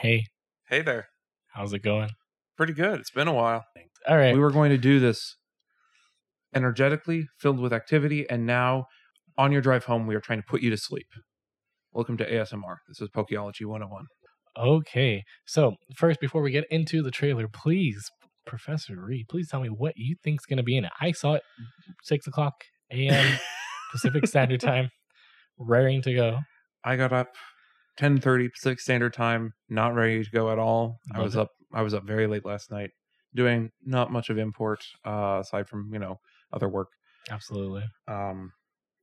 Hey, Hey there. how's it going? Pretty good. It's been a while. All right. We were going to do this energetically, filled with activity, and now on your drive home, we are trying to put you to sleep. Welcome to ASMR. This is Pokeology 101. okay. So, first, before we get into the trailer, please, Professor Reed, please tell me what you think's going to be in it. I saw it 6 o'clock a.m. Pacific Standard Time, raring to go. I got up 10:30 Pacific Standard Time, not ready to go at all. I Love was it. up I was up very late last night doing not much of import uh, aside from, you know, other work. Absolutely. Um,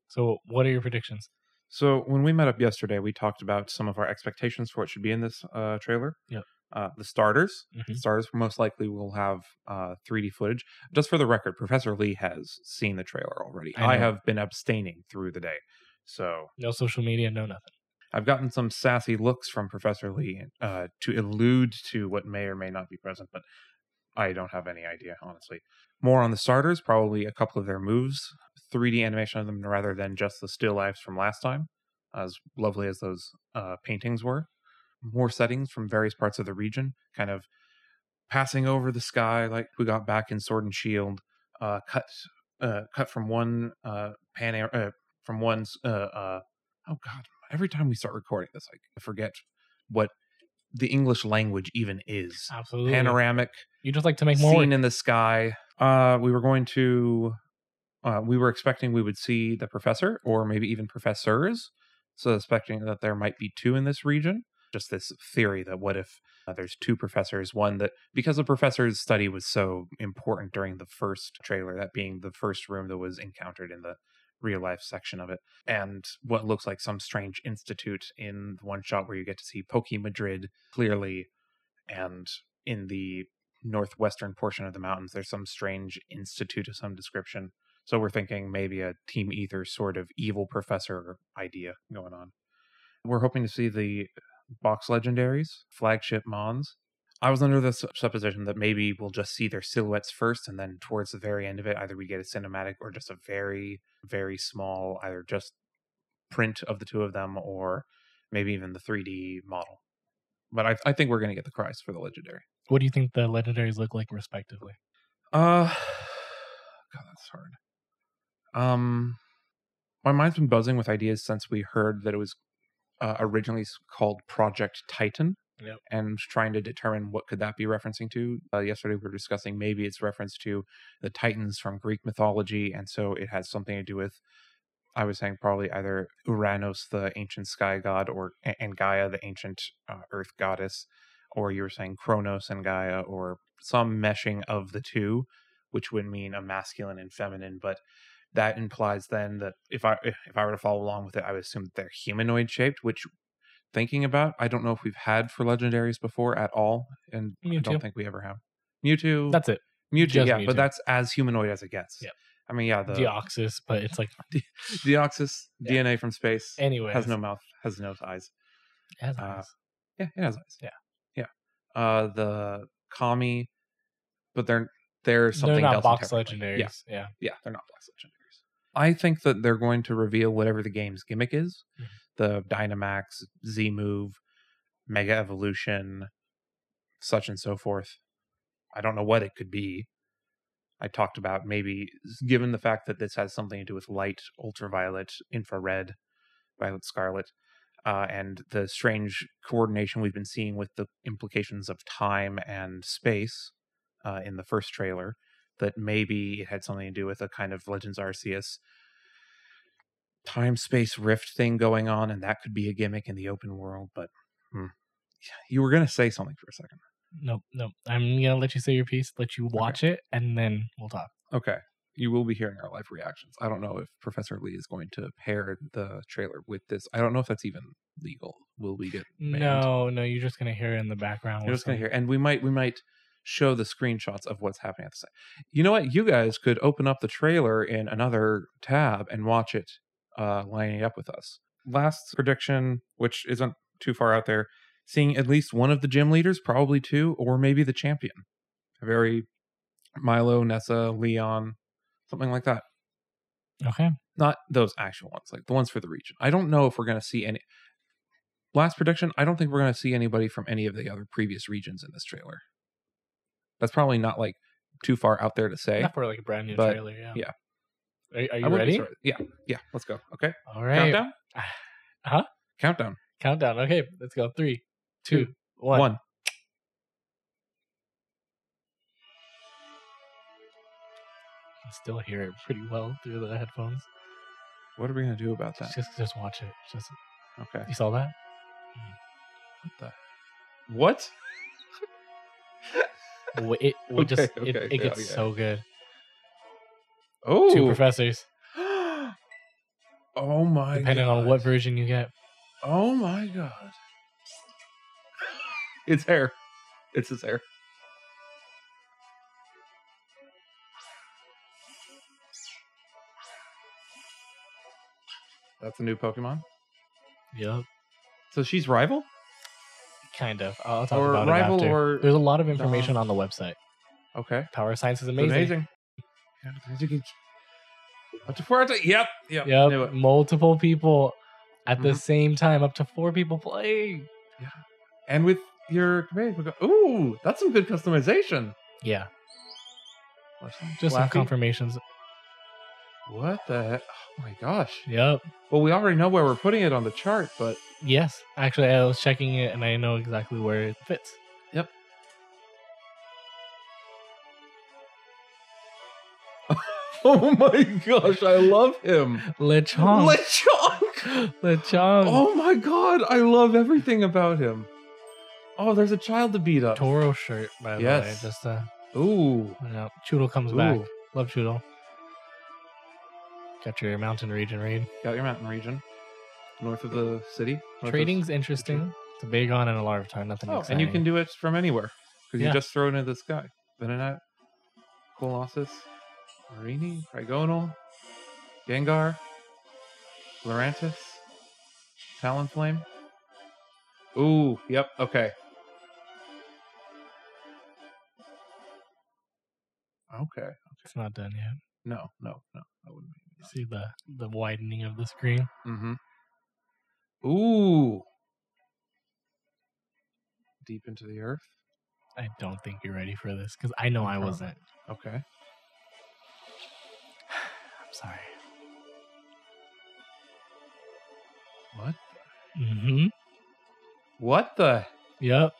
So, what are your predictions? So when we met up yesterday, we talked about some of our expectations for what should be in this uh, trailer. Yep. Uh, the starters. Mhm. Starters most likely will have uh, 3D footage. Just for the record, Professor Lee has seen the trailer already. I I, know. have been abstaining through the day, so No social media, no nothing. I've gotten some sassy looks from Professor Lee uh, to allude to what may or may not be present, but I don't have any idea honestly. More on the starters, probably a couple of their moves, 3D animation of them rather than just the still lifes from last time, as lovely as those uh, paintings were. More settings from various parts of the region, kind of passing over the sky like we got back in Sword and Shield, uh, cut uh, cut from one uh, pan air, uh, from one's uh, uh, oh god. Every time we start recording this, I forget what the English language even is. Absolutely. Panoramic, You just like to make more. scene in the sky. Uh, we were going to, uh, we were expecting we would see the professor or maybe even professors. So expecting that there might be two in this region. Just this theory that what if uh, there's two professors? One that because the professor's study was so important during the first trailer, that being the first room that was encountered in the real life section of it, and what looks like some strange institute in one shot where you get to see Poke Madrid clearly, and in the northwestern portion of the mountains there's some strange institute of some description so we're thinking maybe a team ether sort of evil professor idea going on we're hoping to see the box legendaries flagship mons i was under the su- supposition that maybe we'll just see their silhouettes first and then towards the very end of it either we get a cinematic or just a very very small either just print of the two of them or maybe even the 3d model but i, I think we're going to get the cries for the legendary What do you think the legendaries look like, respectively? uh, God, that's hard. Um, my mind's been buzzing with ideas since we heard that it was uh, originally s- called Project Titan. Yep. And trying to determine what could that be referencing to. Uh, yesterday we were discussing maybe it's reference to the Titans from Greek mythology, and so it has something to do with. I was saying probably either Uranos, the ancient sky god, or a- and Gaia, the ancient uh, earth goddess, or you were saying Kronos and Gaia, or some meshing of the two, which would mean a masculine and feminine. But that implies then that if I if I were to follow along with it, I would assume that they're humanoid shaped. Which, thinking about, I don't know if we've had for legendaries before at all, and I Mewtwo. don't think we ever have. Mewtwo, That's it. Mewtwo, just yeah, Mewtwo. but that's as humanoid as it gets. Yep. I mean, yeah, the Deoxys, but it's like, Deoxys Yeah. DNA from space anyway. has no mouth, has no eyes. Has uh, eyes. Yeah, it has eyes. Yeah. yeah. Uh, the Kami, but they're they're something They're not else box entirely. legendaries. Yeah, yeah. yeah, they're not box legendaries. I think that they're going to reveal whatever the game's gimmick is, Mhm. the Dynamax, Z move, Mega Evolution, such and so forth. I don't know what it could be. I talked about maybe, given the fact that this has something to do with light, ultraviolet, infrared, violet, scarlet, uh, and the strange coordination we've been seeing with the implications of time and space uh, in the first trailer, that maybe it had something to do with a kind of Legends Arceus time space rift thing going on, and that could be a gimmick in the open world. But hmm. you were going to say something for a second. Nope, nope. I'm gonna let you say your piece, let you watch it, and then we'll talk. Okay. You will be hearing our live reactions. I don't know if Professor Lee is going to pair the trailer with this. I don't know if that's even legal. Will we get banned? No, no, you're just gonna hear it in the background. You're with just gonna some- hear, and we might we might show the screenshots of what's happening at the site. You know what? You guys could open up the trailer in another tab and watch it uh, lining up with us. Last prediction, which isn't too far out there, seeing at least one of the gym leaders, probably two, or maybe the champion. A very Milo, Nessa, Leon, something like that. Okay. Not those actual ones, like the ones for the region. I don't know if we're gonna see any. last prediction i don't think we're going to see anybody from any of the other previous regions in this trailer that's probably not like too far out there to say Not for like a brand new But, trailer. Yeah. yeah. Are, are I you wouldn't be ready? surprised. yeah yeah let's go okay All right. countdown Huh? countdown Countdown. Okay, let's go. Three, Two, two, one. one I can still hear it pretty well through the headphones. what are we going to do about that Just, just watch it. Just okay you saw that? what W- It we just Okay, it, okay, it gets yeah, so good. oh Two professors, oh my depending god. on what version you get. oh my god it's hair it's his hair that's a new pokemon Yep, so she's rival kind of. I'll talk or about rival it after. or There's a lot of information on the website. okay Power Science is amazing. amazing, Yeah, you can- Up to four- Yep, yep, knew Yep, it. multiple people at the Mhm. same time, up to four people playing. And with your command, we go, ooh, that's some good customization. Yeah, Or something. just some Laffy. confirmations. What the? Heck? Oh my gosh. Yep. Well, we already know where we're putting it on the chart, but Yes, actually, I was checking it and I know exactly where it fits. oh my gosh, I love him. Lechonk. Lechonk. Lechonk. Oh my god, I love everything about him. Oh, there's a child to beat up. Toro shirt, by the way. Yes. Just uh, Ooh. you know, Choodle comes back. Ooh. Love Choodle. Got your mountain region read. Got your mountain region, north of the city. north of- Trading's interesting. It's a big on and a larvatar. Nothing Oh, exciting. and you can do it from anywhere because you Yeah. just throw it into the sky. Venonat, Colossus, Marini, Trigonal, Gengar, Lurantis, Talonflame. Ooh, yep, okay. Okay. It's not done yet. No, no, no. That wouldn't You see the the widening of the screen. be. Mm-hmm. Ooh. Deep into the earth. I don't think you're ready for this because I know I Probably. wasn't. Okay. I'm sorry. What? Mm-hmm. What the? Yep.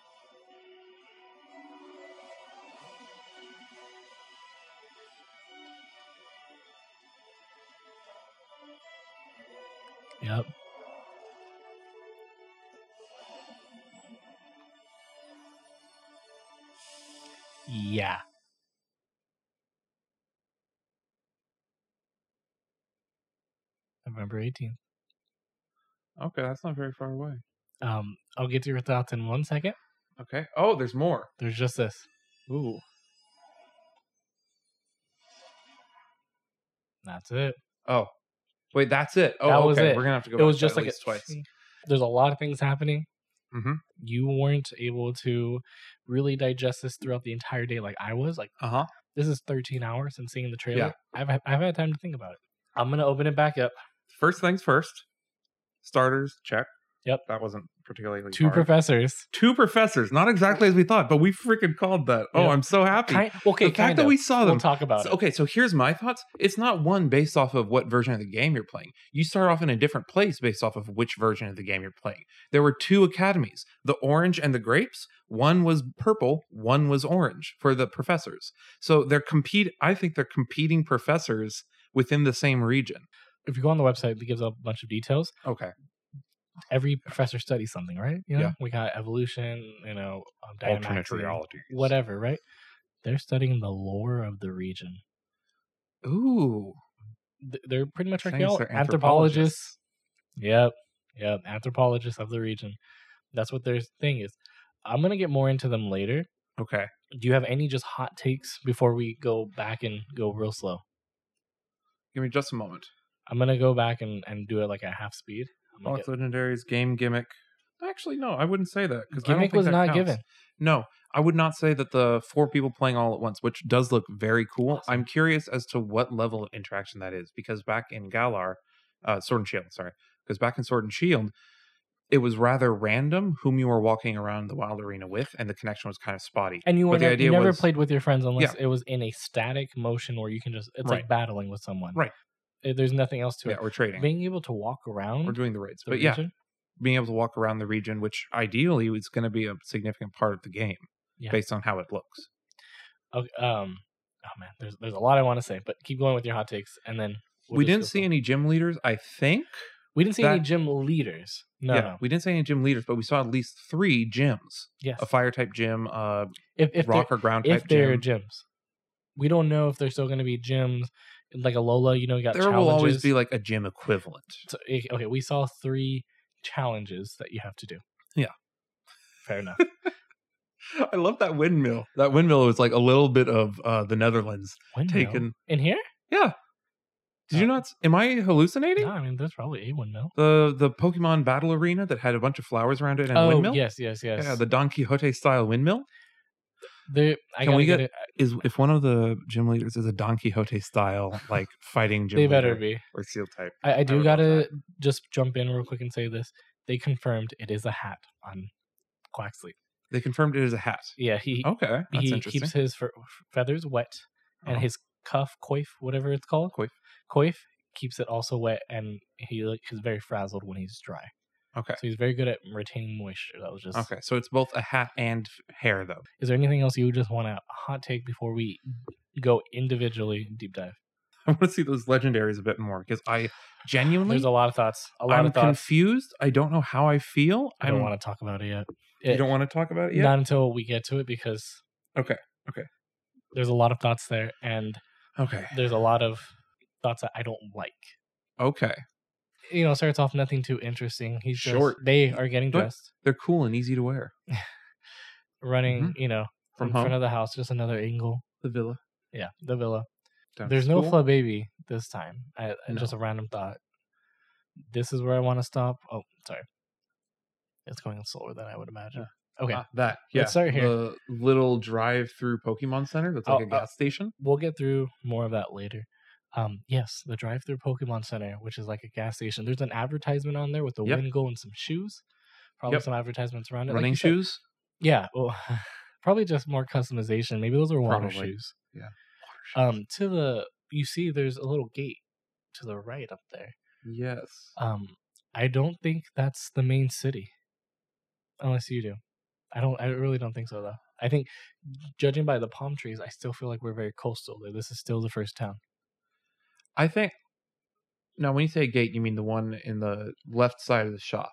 Yep. Yeah. November 18th. Okay, that's not very far away. Um, I'll get to your thoughts in one second. Okay. Oh, there's more. There's just this. Ooh. That's it. Oh. Wait, that's it. Oh, That was okay. it. We're gonna have to go. it was back just to at like a, least twice. There's a lot of things happening. Mhm. You weren't able to really digest this throughout the entire day, like I was. Like Uh huh. this is 13 hours since seeing the trailer. Yeah. I've had- I've had time to think about it. I'm gonna open it back up. First things first. Starters check. Yep. That wasn't particularly Two hard. professors. Two professors. Not exactly as we thought, but we freaking called that. Oh, Yeah. I'm so happy. Kind, okay, the fact kind that of. we saw we'll them. talk about So- it. okay, so here's my thoughts. It's not one based off of what version of the game you're playing. You start off in a different place based off of which version of the game you're playing. There were two academies, the orange and the grapes. One was purple, one was orange for the professors. So they're compete I think they're competing professors within the same region. If you go on the website, it gives a bunch of details. Okay. Every professor studies something, right? You know, Yeah. we got evolution. You know, um, Dynamaxing, What whatever, right? They're studying the lore of the region. e-, Ooh. th- they're pretty much Things archaeo- they're anthropologists. Yep, yep, anthropologists of the region. That's what their thing is. I'm gonna get more into them later. Okay. Do you have any just hot takes before we go back and go real slow? Give me just a moment. I'm gonna go back and, and do it like at half speed. I'm gonna Lost legendaries, game gimmick. Actually, no, I wouldn't say that. 'cause get- I don't gimmick think was that not counts. given. No, I would not say that the four people playing all at once, which does look very cool. Awesome. I'm curious as to what level of interaction that is because back in Galar, uh, Sword and Shield, sorry, because back in Sword and Shield, it was rather random whom you were walking around the wild arena with, and the connection was kind of spotty. And you, But were the nev- you idea never was- played with your friends unless it was in a static motion where you can just, it's Right. like battling with someone. Right. Uh, There's nothing else to Yeah, it. or trading. Being able to walk around. or doing the raids. the but yeah, region- being able to walk around the region, which ideally is going to be a significant part of the game Yeah. based on how it looks. Okay, um, oh man, there's there's a lot I want to say, but keep going with your hot takes, and then we'll we just didn't go see from- any gym leaders, I think. We didn't see any that- gym leaders. No, no. we didn't see any gym leaders, but we saw at least three gyms Yes. a fire type gym, a If if rock there, or ground if type there are gym. gyms, we don't know if there's still going to be gyms like Alola. You know, you got There challenges. will always be like a gym equivalent. So, eh, okay, we saw three challenges that you have to do. Yeah. fair enough. I love that windmill. That windmill was like a little bit of uh, the Netherlands Windmill. taken. in here? Yeah. Did you Uh, not? s- Am I hallucinating? No, I mean there's probably a windmill. The the Pokemon battle arena that had a bunch of flowers around it and a oh windmill. yes, yes, yes. Yeah, the Don Quixote style windmill. There- I Can we gotta get- it. Is if one of the gym leaders is a Don Quixote style like fighting gym They better leader be. or seal type. I, I do would love gotta just jump in real quick and say this. They confirmed it is a hat on Quaxley. They confirmed it is a hat. Yeah, he Okay, Oh, that's he interesting. keeps his fe- feathers wet, and Oh. his cuff coif, whatever it's called, Coif. coif keeps it also wet, and he like, is very frazzled when he's dry. Okay. So he's very good at retaining moisture. That was just. Okay, so it's both a hat and f- hair though. Is there anything else you just want to hot take before we go individually deep dive? I want to see those legendaries a bit more because I genuinely There's a lot of thoughts. A lot I'm of thoughts. confused. I don't know how I feel. I don't I'm- want to talk about it yet. You don't want to talk about it yet. Not until we get to it because. Okay, okay. There's a lot of thoughts there, and okay. there's a lot of thoughts that I don't like. Okay. You know, starts off nothing too interesting. He's just, Short. They are getting But- dressed, They're cool and easy to wear running. You know, Mm-hmm. from in home. front of the house, just another angle. the villa. Yeah, the villa. down to There's no school. flood baby this time. I, I- Just No. a random thought. This is where I want to stop. Oh, sorry. It's going slower than I would imagine. Okay, Ah, that yeah. Let's start here. The little drive-through Pokemon Center that's like Oh, a oh. gas station. we'll get through more of that later. Um, yes, the drive-through Pokemon Center, which is like a gas station. There's an advertisement on there with the Yep. Wingo and some shoes. Probably Yep. some advertisements around it. like Running you said. shoes. Yeah, well, probably just more customization. Maybe those are water Probably, shoes. yeah. Um, to the you see, there's a little gate to the right up there. Yes. Um, I don't think that's the main city, unless you do. I don't. I really don't think so, though. I think, judging by the palm trees, I still feel like we're very coastal. That this is still the first town. I think. Now, when you say gate, you mean the one in the left side of the shop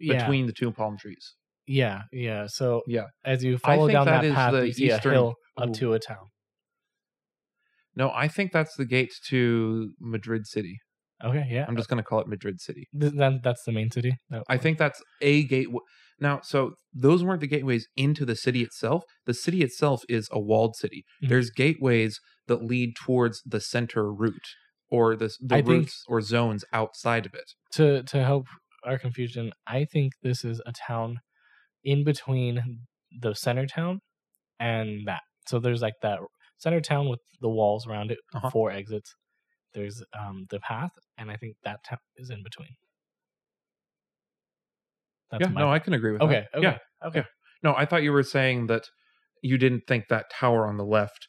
Yeah, between the two palm trees. yeah, yeah. So Yeah. as you follow think down that that, is path, the you see eastern- a hill up Ooh. to a town. No, I think that's the gate to Madrid City. Okay, yeah. I'm just going to call it Madrid City. Th- then that's the main city. That I one. think that's a gateway. Now, so those weren't the gateways into the city itself. The city itself is a walled city. Mhm. There's gateways that lead towards the center route or the, s- the I routes think- or zones outside of it. to to help our confusion, I think this is a town in between the center town and that. So there's like that center town with the walls around it, Uh-huh. four exits. There's um the path, and I think that town is in between. That's yeah, my no, I can agree with okay, that. okay, Yeah. okay. yeah. No, I thought you were saying that you didn't think that tower on the left,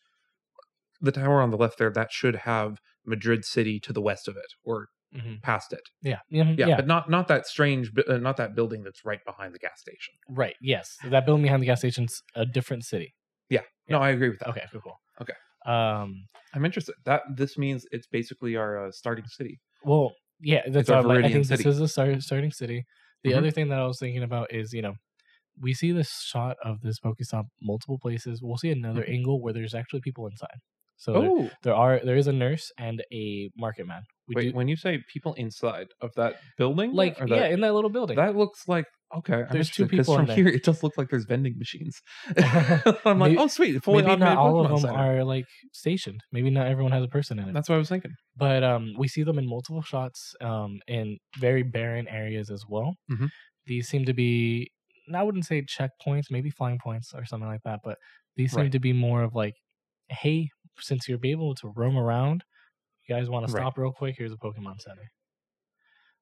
the tower on the left there, that should have Madrid City to the west of it or Mhm. past it. Yeah, mhm, Yeah, yeah, but not not that strange, bu- uh, not that building that's right behind the gas station. right. Yes, So that building behind the gas station's a different city. No, I agree with that. Okay, cool, cool. Okay. Um. I'm interested. That this means it's basically our uh, starting city. Well, yeah, that's It's our what I'm like. I Viridian think city. this is a start, starting city. The Mhm. other thing that I was thinking about is, you know, we see this shot of this Pokestop multiple places. We'll see another Mhm. angle where there's actually people inside. So Oh. there, there are there is a nurse and a market man. We wait. do When you say people inside of that building, like or yeah that, in that little building. that looks like okay. There's two 'cause people from in there. here. It does look like there's vending machines. I'm like, Maybe- oh sweet, fully Maybe not automated all of Pokemon them Center. are like stationed. Maybe not everyone has a person in it. That's what I was thinking. but um, we see them in multiple shots um, in very barren areas as well. Mhm. These seem to be, and I wouldn't say checkpoints, maybe flying points or something like that, but these seem Right. to be more of like, hey, since you're be able to roam around, you guys want Right. to stop real quick? Here's a Pokemon Center.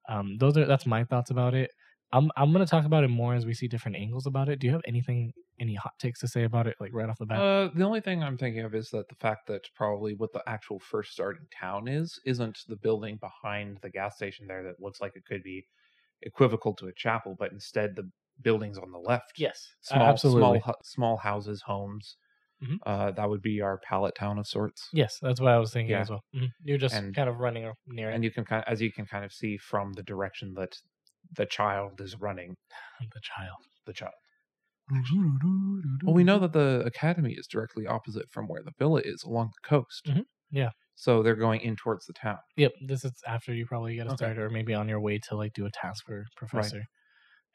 Um, those are that's my thoughts about it. I'm I'm gonna talk about it more as we see different angles about it. Do you have anything, any hot takes to say about it, like right off the bat? Uh, the only thing I'm thinking of is that the fact that probably what the actual first starting town is isn't the building behind the gas station there that looks like it could be equivocal to a chapel, but instead the buildings on the left. yes, a- Small, absolutely. Small, hu- small houses, homes. Mhm. Uh, that would be our pallet town of sorts. yes, that's what I was thinking Yeah. as well. Mhm. You're just And- kind of running up near And it. you can kind of, as you can kind of see from the direction that the child is running, the child. the child. Well, we know Mm-hmm. that the academy is directly opposite from where the villa is along the coast. Mhm. Yeah. So they're going in towards the town. Yep, this is after you probably get a Okay. start, or maybe on your way to like do a task for professor.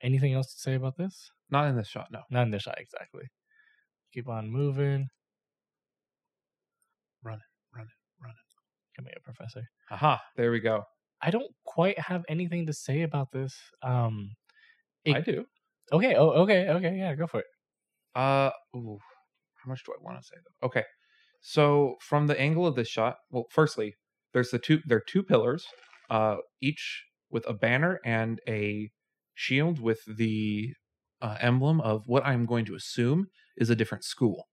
Anything else to say about this? Not in this shot, no. Not in this shot exactly. Keep on moving. Run it, run it, run it. Come here, professor. Aha, there we go. I don't quite have anything to say about this. Um, It- I do. okay, oh, okay, okay, yeah, go for it. Uh, ooh, how much do I want to say though? Okay. So from the angle of this shot, well, firstly, there's the two there are two pillars, uh, each with a banner and a shield with the uh, emblem of what I'm going to assume is a different school.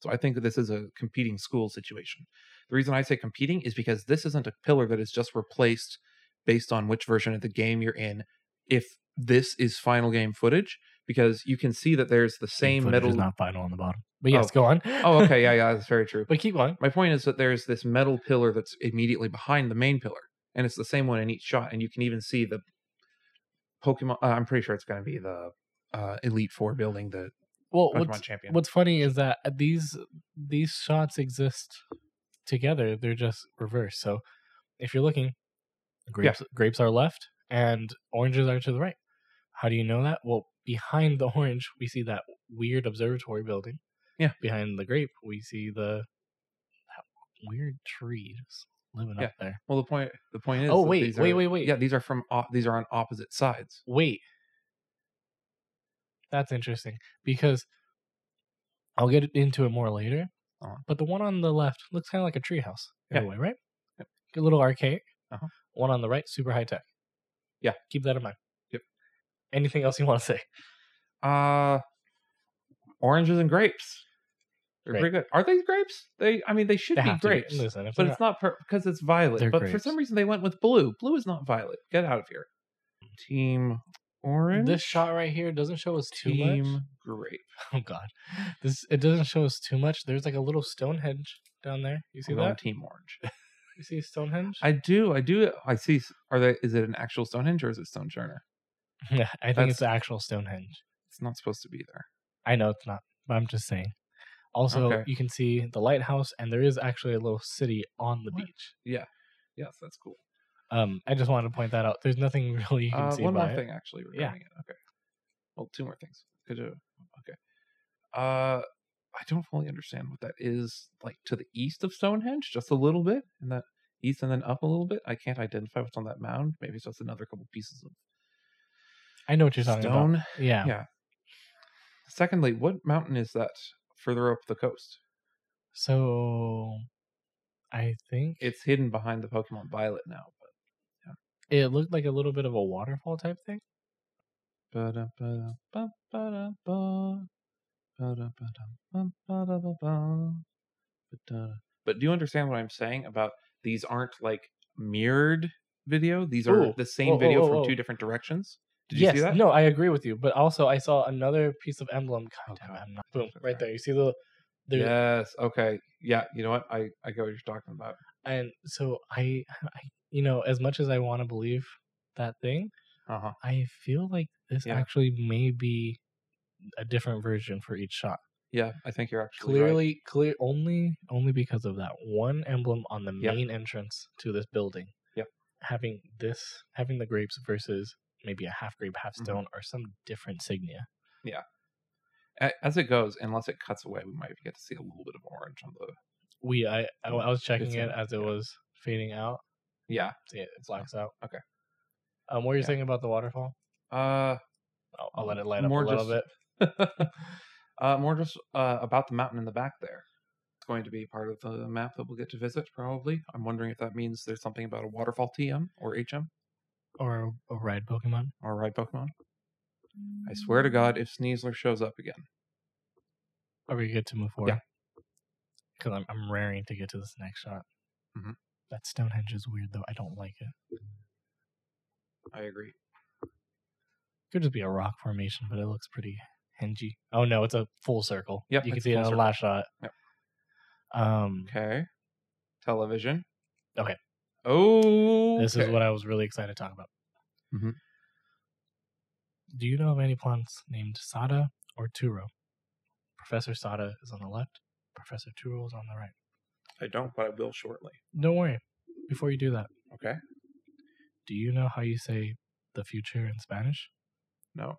So I think that this is a competing school situation. The reason I say competing is because this isn't a pillar that is just replaced based on which version of the game you're in. If this is final game footage, because you can see that there's the same Footage metal. is not final on the bottom, but Oh. yes, go on. oh, okay, yeah, yeah, that's very true. but keep going. My point is that there's this metal pillar that's immediately behind the main pillar, and it's the same one in each shot, and you can even see the Pokemon. Uh, I'm pretty sure it's going to be the uh, Elite Four building, the Well, Pokemon what's, champion. what's funny is that uh, these these shots exist together; they're just reversed. So, if you're looking, grapes grapes are left and oranges are to the right. How do you know that? Well, behind the orange, we see that weird observatory building. Yeah. Behind the grape, we see the that weird tree just living Yeah. up there. Well, the point the point is. Oh, that wait, these wait, are- wait, wait. Yeah, these are from op- these are on opposite sides. wait that's interesting because i'll get into it more later Uh-huh. but the one on the left looks kind of like a treehouse in a Yeah. way right Yep. a little archaic Uh-huh. one on the right super high tech Yeah. keep that in mind Yep. anything else you want to say Uh oranges and grapes. They're Grape. pretty good. Are they grapes? They I mean they should They be have to be- grapes. listen if But they're it's not because it's violet. They're but for grapes. some reason they went with blue. Blue is not violet. Get out of here. Team not- orange. this shot right here doesn't show us too team much grape. oh god this it doesn't show us too much there's like a little stonehenge down there you see I'm going that Team orange. you see stonehenge I do. I do. I see. Are they? Is it an actual Stonehenge or is it Stone Turner? i think that's- it's the actual stonehenge It's not supposed to be there. I know it's not, but I'm just saying. Also, Okay. you can see the lighthouse, and there is actually a little city on the What? beach. Yes, that's cool. Um, I just wanted to point that out. There's nothing really you can Uh, see one more about it. thing, actually. Yeah. Regarding It. Okay. Well, two more things. Could you? Okay. Uh, I don't fully understand what that is. Like to the east of Stonehenge, just a little bit, and that east, and then up a little bit. I can't identify what's on that mound. Maybe it's just another couple pieces of I know what you're talking stone. about. Yeah. Yeah. Secondly, what mountain is that further up the coast? So, I think it, It's hidden behind the Pokemon Violet now. looked like a little bit of a waterfall type thing. Ba-da-ba-da-ba, ba-da-ba, ba-da-ba-da-ba, ba-da-ba-ba, ba-da. But do you understand what I'm saying about these aren't like mirrored video? These are Ooh. the same Whoa, whoa, video whoa, from whoa. two different directions. Did you yes. see that? No, I agree with you. But also, I saw another piece of emblem. God Okay. damn it, I'm not. Boom! That's Right alright. there. You see the. There's, Yes. Okay. Yeah. You know what? I I get what you're talking about. And so I, I, you know, as much as I want to believe that thing, Uh huh. I feel like this Yeah. actually may be a different version for each shot. Yeah. I think you're actually right. Clearly, clear only only because of that one emblem on the Yeah. main entrance to this building. Yep. Having this, having the grapes versus maybe a half grape, half Mhm. stone, or some different signia. A- As it goes, unless it cuts away, we might get to see a little bit of orange on the. We, I, I, I was checking It's it in- as it Mm-hmm. yeah. was fading out. Yeah. See, it blacks out. Okay. Um, what were you Yeah. saying about the waterfall? Uh. I'll, I'll let it light up a More little just- bit. uh, more just uh, about the mountain in the back there. It's going to be part of the map that we'll get to visit, probably. I'm wondering if that means there's something about a waterfall TM or HM. or a, a red Pokemon. All right, Pokemon. I swear to God, if Sneasler shows up again, Are we good to move forward? Because I'm, I'm raring to get to this next shot. Mhm. That Stonehenge is weird, though. I don't like it. I agree. Could just be a rock formation, but it looks pretty hengey. Oh no, it's a full circle. Yep, you can it's see it a in full the circle. last shot. Yep. Um, Okay. Television. Okay. Oh. this is what I was really excited to talk about. Mhm. Do you know of any plants named Sada or Turo? Professor Sada is on the left. Professor Turo is on the right. I don't, but I will shortly. Don't worry. Before you do that, Okay. do you know how you say the future in Spanish? No.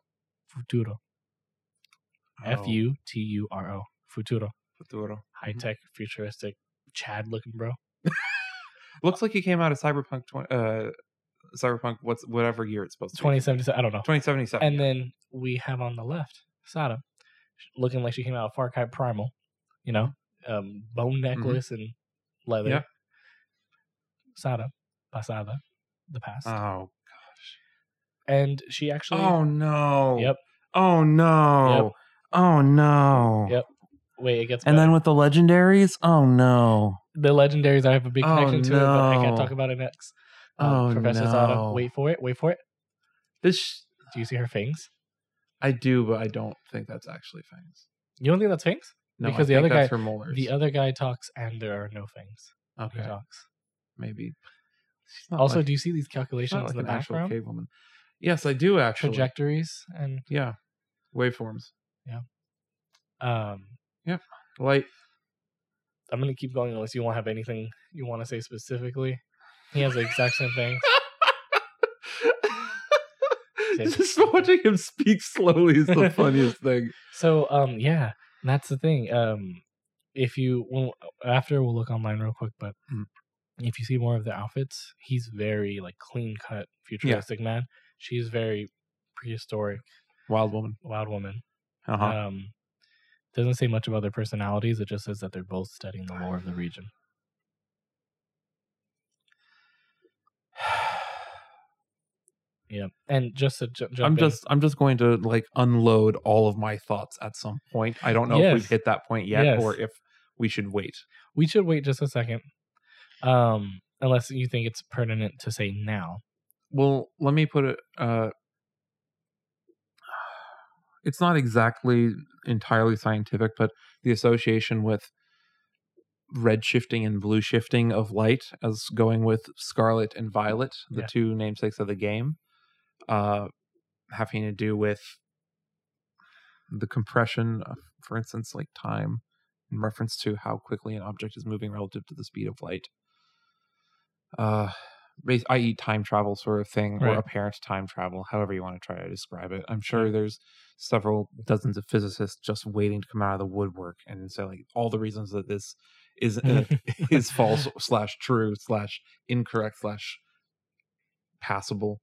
Futuro. Oh. F U T U R O. Futuro. Futuro. High tech, futuristic, Chad looking bro. Looks like he came out of Cyberpunk. 20, uh, Cyberpunk. What's whatever year it's supposed to be. 2077. I don't know. 2077. And yeah. then we have on the left Sada, sh- looking like she came out of Far Cry Primal, you know, um, bone necklace and leather. Mm-hmm. Yeah. Sada, pasada, the past, Oh. and she actually. Oh no. Yep. Oh no. Yep. Oh no. Yep. Wait, it gets. And better. then with the legendaries. Oh no. the legendaries, I have a big Oh, connection to it, but I can't no. talk about it next. Um, Oh, Professor no. Sada, wait for it, wait for it. This sh- Do you see her fangs? I do, but I don't think that's actually fangs. You don't think that's fangs? No, Because the I think other that's guy- her molars. The other guy talks, and there are no fangs. when He okay, talks. maybe. It's not also, like- do you see these it's not calculations like in the an actual background? cave woman. Yes, I do actually. Trajectories and yeah, waveforms, um, light. I'm gonna keep going unless you won't have anything you want to say specifically. He has the exact same thing. Just watching him speak slowly is the funniest thing. So um, yeah, that's the thing. Um, if you well, after we'll look online real quick, but Mm. if you see more of the outfits, he's very like clean cut, futuristic man. She's very prehistoric, Wild woman. wild woman. Uh-huh. Um, doesn't say much about their personalities. It just says that they're both studying the lore of the region. Yeah, and just to ju- jump I'm in- just I'm just going to like unload all of my thoughts at some point. I don't know if Yes. we've hit that point yet Yes. or if we should wait. we should wait just a second, um, unless you think it's pertinent to say now. Well, let me put it uh it's not exactly entirely scientific, but the association with red shifting and blue shifting of light as going with scarlet and violet, the Mm, Yeah. two namesakes of the game, uh having to do with the compression of, for instance, like time in reference to how quickly an object is moving relative to the speed of light. Uh, bas- i.e., time travel sort of thing, or Right. apparent time travel, however you want to try to describe it. I'm sure there's several dozens of physicists just waiting to come out of the woodwork and say like all the reasons that this is Mm. uh, is false slash true slash incorrect slash passable.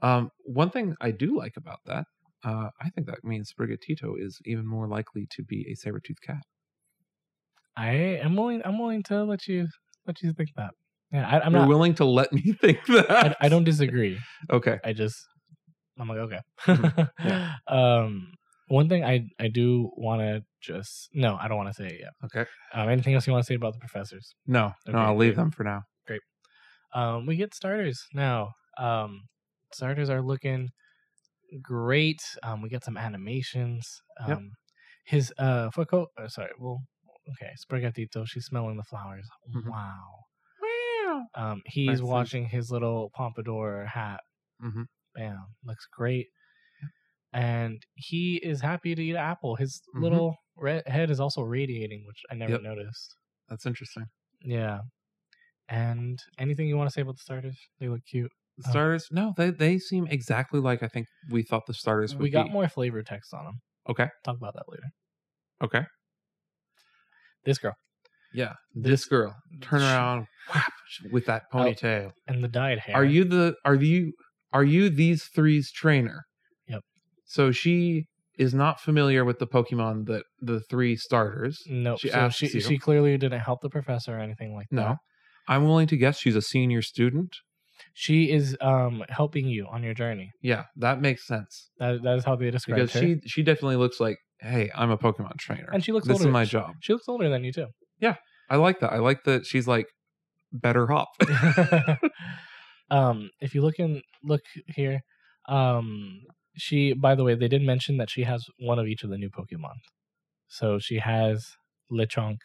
Um, one thing I do like about that, uh, I think that means Sprigatito is even more likely to be a saber-toothed cat. I am willing. I'm willing to let you let you think that. Yeah, I, I'm You're not. willing to let me think I, that. I don't disagree. Okay. I just I'm like okay. Mhm. Yeah. Um, one thing I I do want to just no, I don't want to say it yet. Okay. Um, anything else you want to say about the professors? No, no, Okay, I'll leave great. them for now. Um, we get starters now. Um, starters are looking great. Um, we got some animations. Um, Yep. His uh, foot coat. Oh, sorry. Well, okay. Sprigatito. She's smelling the flowers. Mhm. Wow. Wow. Um, he's Nice. watching his little pompadour hat. Mhm. Bam. Looks great. And he is happy to eat an apple. His Mhm. little red head is also radiating, which I never Yep. noticed. That's interesting. Yeah. And anything you want to say about the starters? They look cute. The Oh. starters? No, they they seem exactly like I think we thought the starters would We got be. more flavor text on them. Okay. Talk about that later. Okay. This girl Yeah. This girl. Turn Sh- around whap, with that Oh, ponytail. and the dyed hair. Are you the are you are you these three's trainer? Yep. So she is not familiar with the Pokemon that the three starters. No. She She so asks she, you. she clearly didn't help the professor or anything like No. that. I'm willing to guess she's a senior student. She is um helping you on your journey. Yeah, that makes sense That that is how they describe because her. she she definitely looks like, hey, I'm a Pokemon trainer. and she looks this older. is my job. She looks older than you too. I like that. I like that she's like better hop. um, if you look in look here, um, she. By the way, they did mention that she has one of each of the new Pokemon. So she has Lechonk.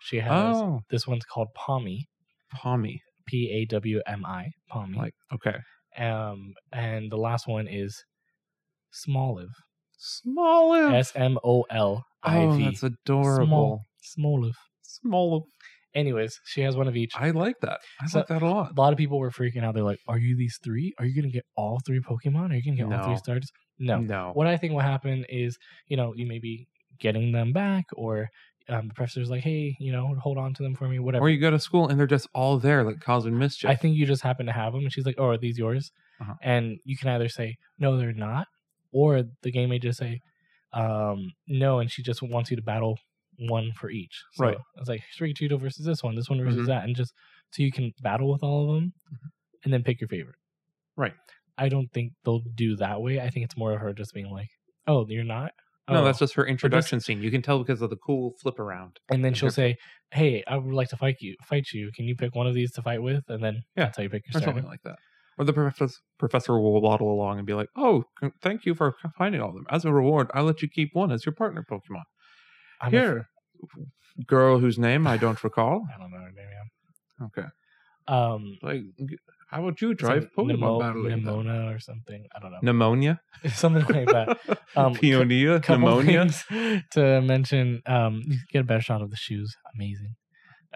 She has oh, this one's called Pommy, Pommy. P A W M I, Pommy. Like okay, um, and the last one is Smoliv, Smoliv. S M O L I oh, V, that's adorable. Smoliv. Smoliv. Anyways, she has one of each. I like that. I So- like that a lot. a lot of people were freaking out. They're like, "Are you these three? Are you gonna get all three Pokemon? Are you gonna get all three No. starters?" No. What I think will happen is, you know, you may be getting them back, or um, the professor's like, "Hey, you know, hold on to them for me, whatever." Or you go to school and they're just all there, like causing mischief. I think you just happen to have them, and she's like, "Oh, are these yours?" Uh-huh. And you can either say, "No, they're not," or the game may just say, um, "No," and she just wants you to battle one for each. So Right. It's like Pikachu versus this one, this one versus Mhm. that, and just so you can battle with all of them, and then pick your favorite. Mm-hmm. Right. I don't think they'll do that way. I think it's more of her just being like, "Oh, you're not." no, Oh." that's just her introduction scene. You can tell because of the cool flip around. and then she'll her- say, "Hey, I would like to fight you. Fight you. Can you pick one of these to fight with?" And then Yeah. that's how you pick your or starter. something like that. Or the professor professor will waddle along and be like, "Oh, c- thank you for finding all of them. As a reward, I'll let you keep one as your partner Pokemon. I'm a- Here, girl whose name I don't recall. I don't know her name. yeah. Okay, um like, g- how about you some drive Pokemon pneumo- battling? them? pneumonia or something i don't know Pneumonia, something like that Um, cou- Peonia, Couple pneumonia. things to mention um you get a better shot of the shoes amazing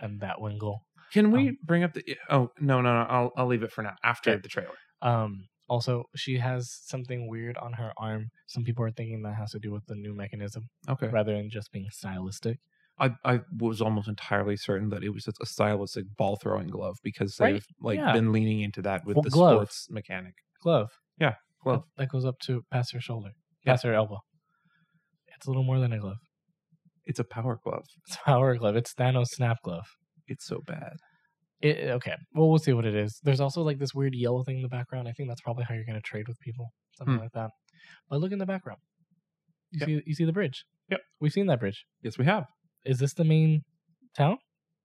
and that one goal Can we um, bring up the? Oh no, no, no. I'll I'll leave it for now. After Okay. the trailer. um also she has something weird on her arm some people are thinking that has to do with the new mechanism Okay. rather than just being stylistic I, I was almost entirely certain that it was just a stylistic ball throwing glove because Right? they've like Yeah. been leaning into that with Well, the glove. sports mechanic. glove Yeah, glove. that, that goes up to past her shoulder Yeah. past her elbow it's a little more than a glove It's a power glove. it's a power glove it's thanos snap glove It's so bad. It, okay. Well, we'll see what it is. There's also like this weird yellow thing in the background. I think that's probably how you're going to trade with people, something Hmm. like that. But look in the background. You Yep. see, you see the bridge. Yep. we've seen that bridge. Yes, we have. Is this the main town?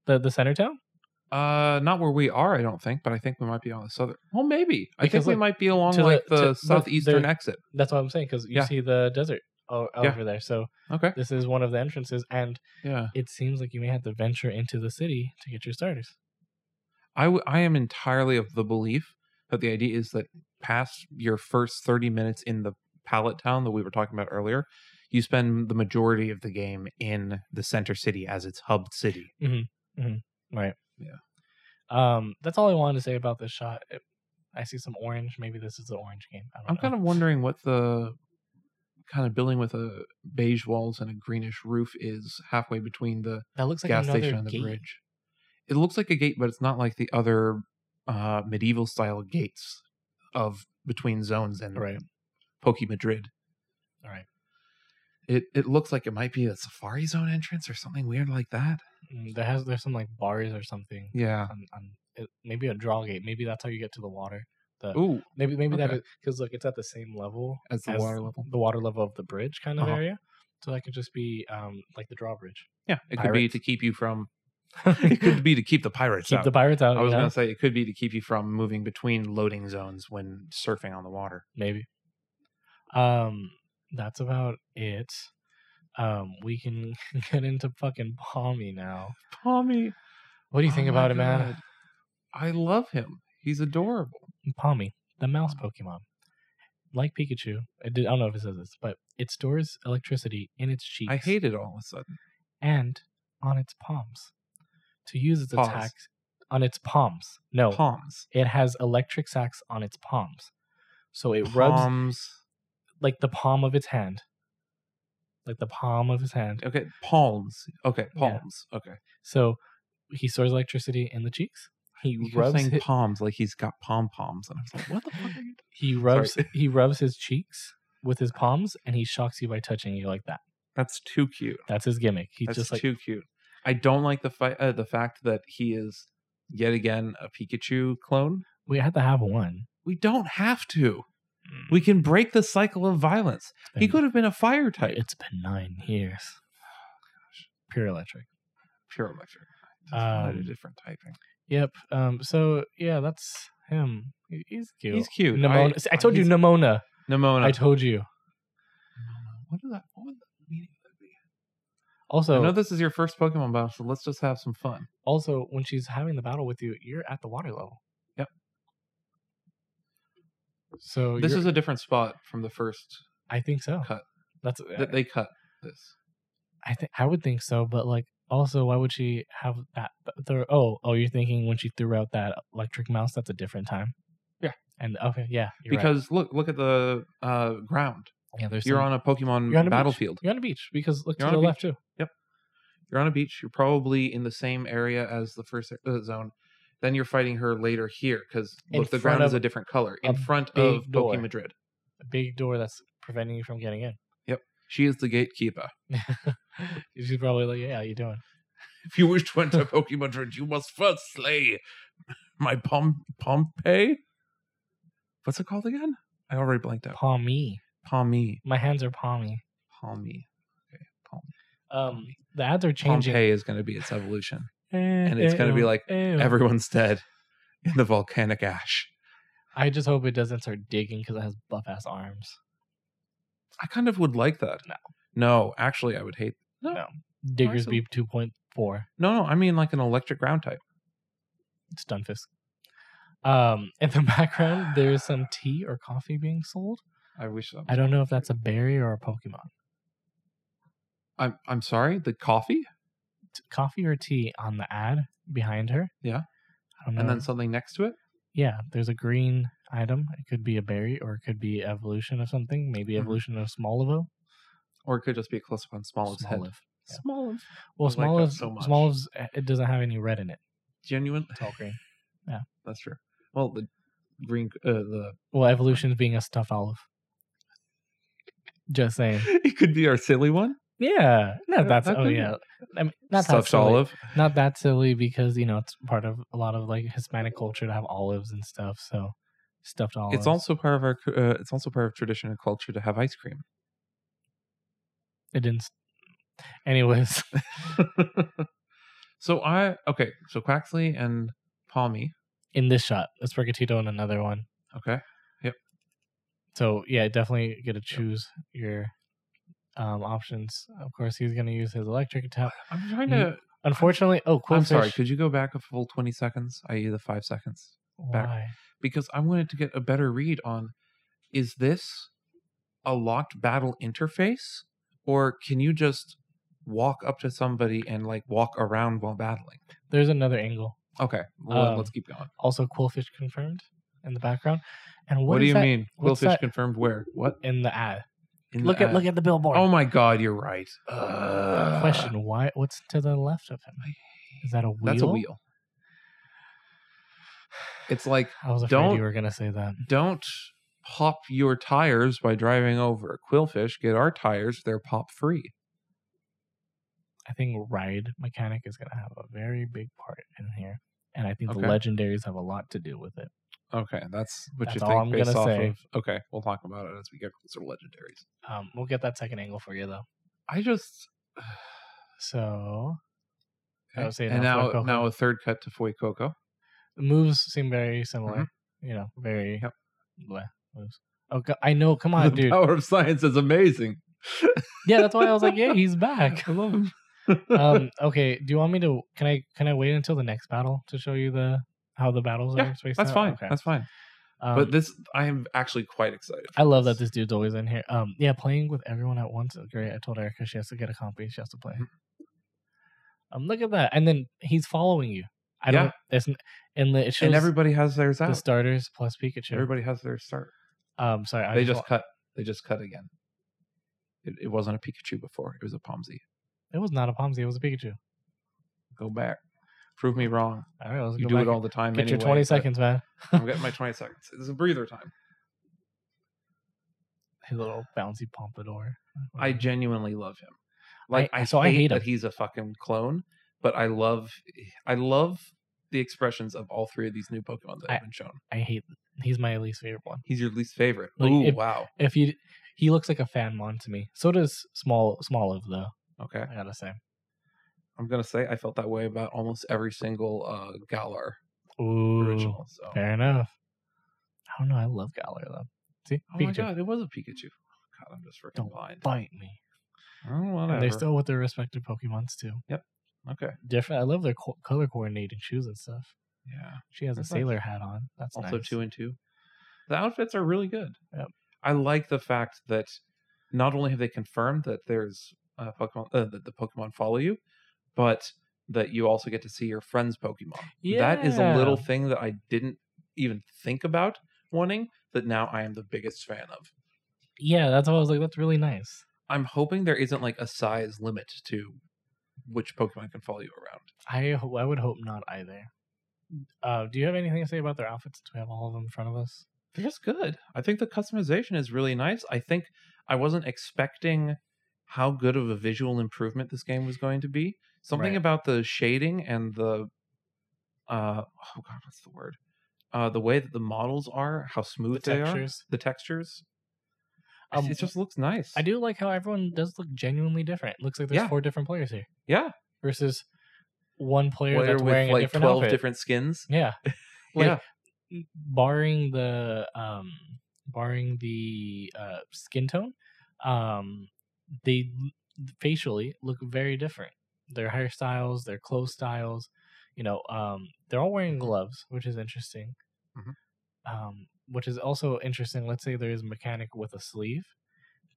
The the center town? Uh, not where we are, I don't think, but I think we might be on the southern. Well, maybe. I think Because, we like, might be along to the- like to- the, look, southeastern there- exit. That's what I'm saying because you Yeah. see the desert o- Yeah. over there. So Okay. this is one of the entrances, and Yeah. it seems like you may have to venture into the city to get your starters. I, w- I am entirely of the belief that the idea is that past your first 30 minutes in the pallet town that we were talking about earlier, you spend the majority of the game in the center city as its hub city. Right. Yeah. Um. That's all I wanted to say about this shot. It- I see some orange. Maybe this is the orange game. I don't I'm know. kind of wondering what the kind of building with a beige walls and a greenish roof is halfway between the that looks like gas another station and the gate. bridge. It looks like a gate, but it's not like the other uh, medieval style gates of between zones and Right. Poke Madrid. All right. It it looks like it might be a safari zone entrance or something weird like that. Mm, There has there's some like bars or something. Yeah. On, on it, maybe a draw gate. Maybe that's how you get to the water. The Ooh, maybe maybe that okay. is because look, it's at the same level as the as water level. the water level of the bridge kind of Uh-huh. area. So that could just be um like the drawbridge. Yeah, it could be Pirates. to keep you from. It could Keep be to keep the pirates out. the pirates out. I you was know? gonna say it could be to keep you from moving between loading zones when surfing on the water. maybe. Um, that's about it. Um, we can get into fucking Palmy now. Tommy, What do you think about it, man? Oh I love him. He's adorable. Palmy, the mouse Mm. Pokemon. Like Pikachu, I, did, I don't know if it says this, but it stores electricity in its cheeks I hate it all of a sudden. and on its palms. To use its Paws. attacks on its palms. No, Palms. it has electric sacks on its palms. So it rubs Palms. like the palm of its hand. Like the palm of his hand. Okay. Palms. Okay. Yeah. Palms. Okay. So he stores electricity in the cheeks. He You kept rubs saying hi- palms like he's got pom poms, and I was like, what the fuck? Are you he rubs he rubs his cheeks with his palms and he shocks you by touching you like that. That's too cute. That's his gimmick. He's That's just like too cute. I don't like the fi- uh, the fact that he is yet again a Pikachu clone. We had to have one. We don't have to. We can break the cycle of violence. He Been- could have been a fire type. It's been nine years. Oh, Pure electric. pure electric. Just Um, a different typing. Yep. Um. So yeah, that's him. He- He's cute. He's cute. Nimona. I, told you, he's- Nimona. Nimona. I told you. What did that? What would the meaning of that be? I Also, know this is your first Pokemon battle, so let's just have some fun. also, when she's having the battle with you, you're at the water level. Yep. So This you're- is a different spot from the first I think so. cut. That's. that they cut this. I think I would think so, but like also, why would she have that? th- Th- oh, oh, you're thinking when she threw out that electric mouse, that's a different time. Yeah. And okay, yeah, you're right. because look, look at the uh, ground. yeah, there's You're some- on a Pokemon You're on a beach. battlefield. you're on a beach because look You're to on the a left too. You're on a beach. You're probably in the same area as the first uh, zone. Then you're fighting her later here because In look, the front ground is of a different color a in front big of door. Pokemon Madrid. A big door that's preventing you from getting in. She is the gatekeeper. She's probably like, yeah, how you doing? If you wish to enter Pokemon Madrid, you must first slay my Pom Pompey. What's it called again? I already blanked out. Palmy. Pommy. My hands are palmy. Pommy. Um, the ads are changing, Eh, Pompey is going to be its evolution. and it's gonna be like, eh. Everyone's dead in the volcanic ash. I just hope it doesn't start digging because it has buff ass arms. I kind of would like that. No. No, actually, I would hate. No. No. Diggers so- beep two point four. No, no, I mean like an electric ground type. It's Dunfisk. Um, in the background, there is some tea or coffee being sold. I wish that. I don't know if that's a berry or a Pokemon. I'm, I'm sorry, the coffee? T- Coffee or tea on the ad behind her. Yeah. I don't know. And then something next to it? yeah, there's a green item. It could be a berry or it could be evolution of something. Maybe Mhm. evolution of Smolivo. Or it could just be a close up on Smolive's head. Smoliv. yeah. Smolive. Well, I like Smoliv, that so much. Smoliv's, eh, it doesn't have any red in it. Genuine. It's all green. That's true. Well, the green, uh, the. Well, evolution's being a stuffed olive. Just saying. It could be our silly one. Yeah. No, Yeah, that's, that oh, could be. yeah. I mean, not Stuffed olive. not that silly because you know it's part of a lot of like Hispanic culture to have olives and stuff. So stuffed olives. It's also part of our. cu- Uh, it's also part of tradition and culture to have ice cream. it didn't. s- Anyways, so I okay. So Quaxley and Palmy. in this shot, it's Brigatito and another one. Okay. So yeah, definitely get to choose your um options. Of course, he's gonna use his electric attack. I'm trying You- to. Unfortunately, oh, I'm Quillfish. sorry. Could you go back a full 20 seconds, i.e., the five seconds? back. Why? Because I wanted to get a better read on is this a locked battle interface, or can you just walk up to somebody and like walk around while battling? There's another angle. Okay. Well, Um, let's keep going. Also, Quillfish confirmed in the background. And What, what do is you that mean? what's Willfish that- confirmed where? What? in the ad? In the Look at ad. look at the billboard. Oh my god, you're right. Uh, question why what's to the left of him is that a wheel That's a wheel. It's like i was afraid Don't- you were gonna say that don't pop your tires by driving over a quillfish. Get our tires; they're pop free. i think ride mechanic is gonna have a very big part in here and i think the Okay. legendaries have a lot to do with it Okay, that's what That's you all think I'm based gonna off say. of. Okay, we'll talk about it as we get closer to legendaries. um we'll get that second angle for you though I just so I would say and now now Foy Coco. now a third cut to Foy Coco. the moves seem very similar you know very Mm-hmm. Yep. bleh moves oh go- i know come on the dude power of science is amazing. yeah that's why i was like yeah he's back I love him. um okay do you want me to can i can i wait until the next battle to show you the how the battles Yeah, are spaced That's out? fine. Okay. That's fine. um, but this, I am actually quite excited. I love that this dude's always in here. Um, yeah, playing with everyone at once is great. I told Erica she has to get a copy. She has to play. Mhm. Um, look at that, and then he's following you. I Mm-hmm. Yeah. don't. It's n- and the, it shows and everybody has theirs the out. starters plus Pikachu. Everybody has their start. um, sorry, I they just wa- cut. They just cut again. It, it wasn't a Pikachu before. It was a Pomsy. it was not a Pomsy. It was a Pikachu. Go back. Prove me wrong. All right, let's You go do back. it all the time. Get your anyway, twenty but seconds, man. I'm getting my twenty seconds. It's a breather time. His little bouncy pompadour. I genuinely love him. Like I, I- so I hate that him. he's a fucking clone, but I love I love the expressions of all three of these new Pokemon that have been shown. I hate. He's my least favorite one. He's your least favorite. Like, Ooh, if- wow. If you, he looks like a fan mon to me. So does small Smoliv though. Okay. I gotta say. I'm gonna say I felt that way about almost every single uh Galar Ooh, original. So fair enough. I don't know. I love Galar though. See, Oh my Pikachu, god, it was a Pikachu. God, I'm just freaking Don't blind. bite me. Oh, And whatever. they're still with their respective Pokemon's too. okay. Different. I love their co- color coordinated shoes and stuff. Yeah. She has a That's nice. sailor hat on. That's also nice. two and two. The outfits are really good. Yep. I like the fact that not only have they confirmed that there's uh, Pokemon uh, that the Pokemon follow you, but that you also get to see your friends' Pokemon. That is a Yeah. little thing that I didn't even think about wanting. That now I am the biggest fan of. Yeah, that's why I was like, that's really nice. I'm hoping there isn't like a size limit to which Pokemon can follow you around. I ho- I would hope not either. Uh, do you have anything to say about their outfits? since we have all of them in front of us? They're just good. I think the customization is really nice. I think I wasn't expecting how good of a visual improvement this game was going to be. Something Right. about the shading and the uh oh god, what's the word? Uh the way that the models are, how The smooth they are, textures. the textures. It- Um, it just looks nice. I do like how everyone does look genuinely different. It looks like there's Yeah. four different players here Yeah, versus one player player that's with wearing a like different twelve outfit. different skins. Yeah, like yeah, barring the um barring the uh skin tone um they l- facially look very different their hairstyles their clothes styles you know um they're all wearing Mm-hmm. gloves which is interesting Mhm. um which is also interesting let's say there is a mechanic with a sleeve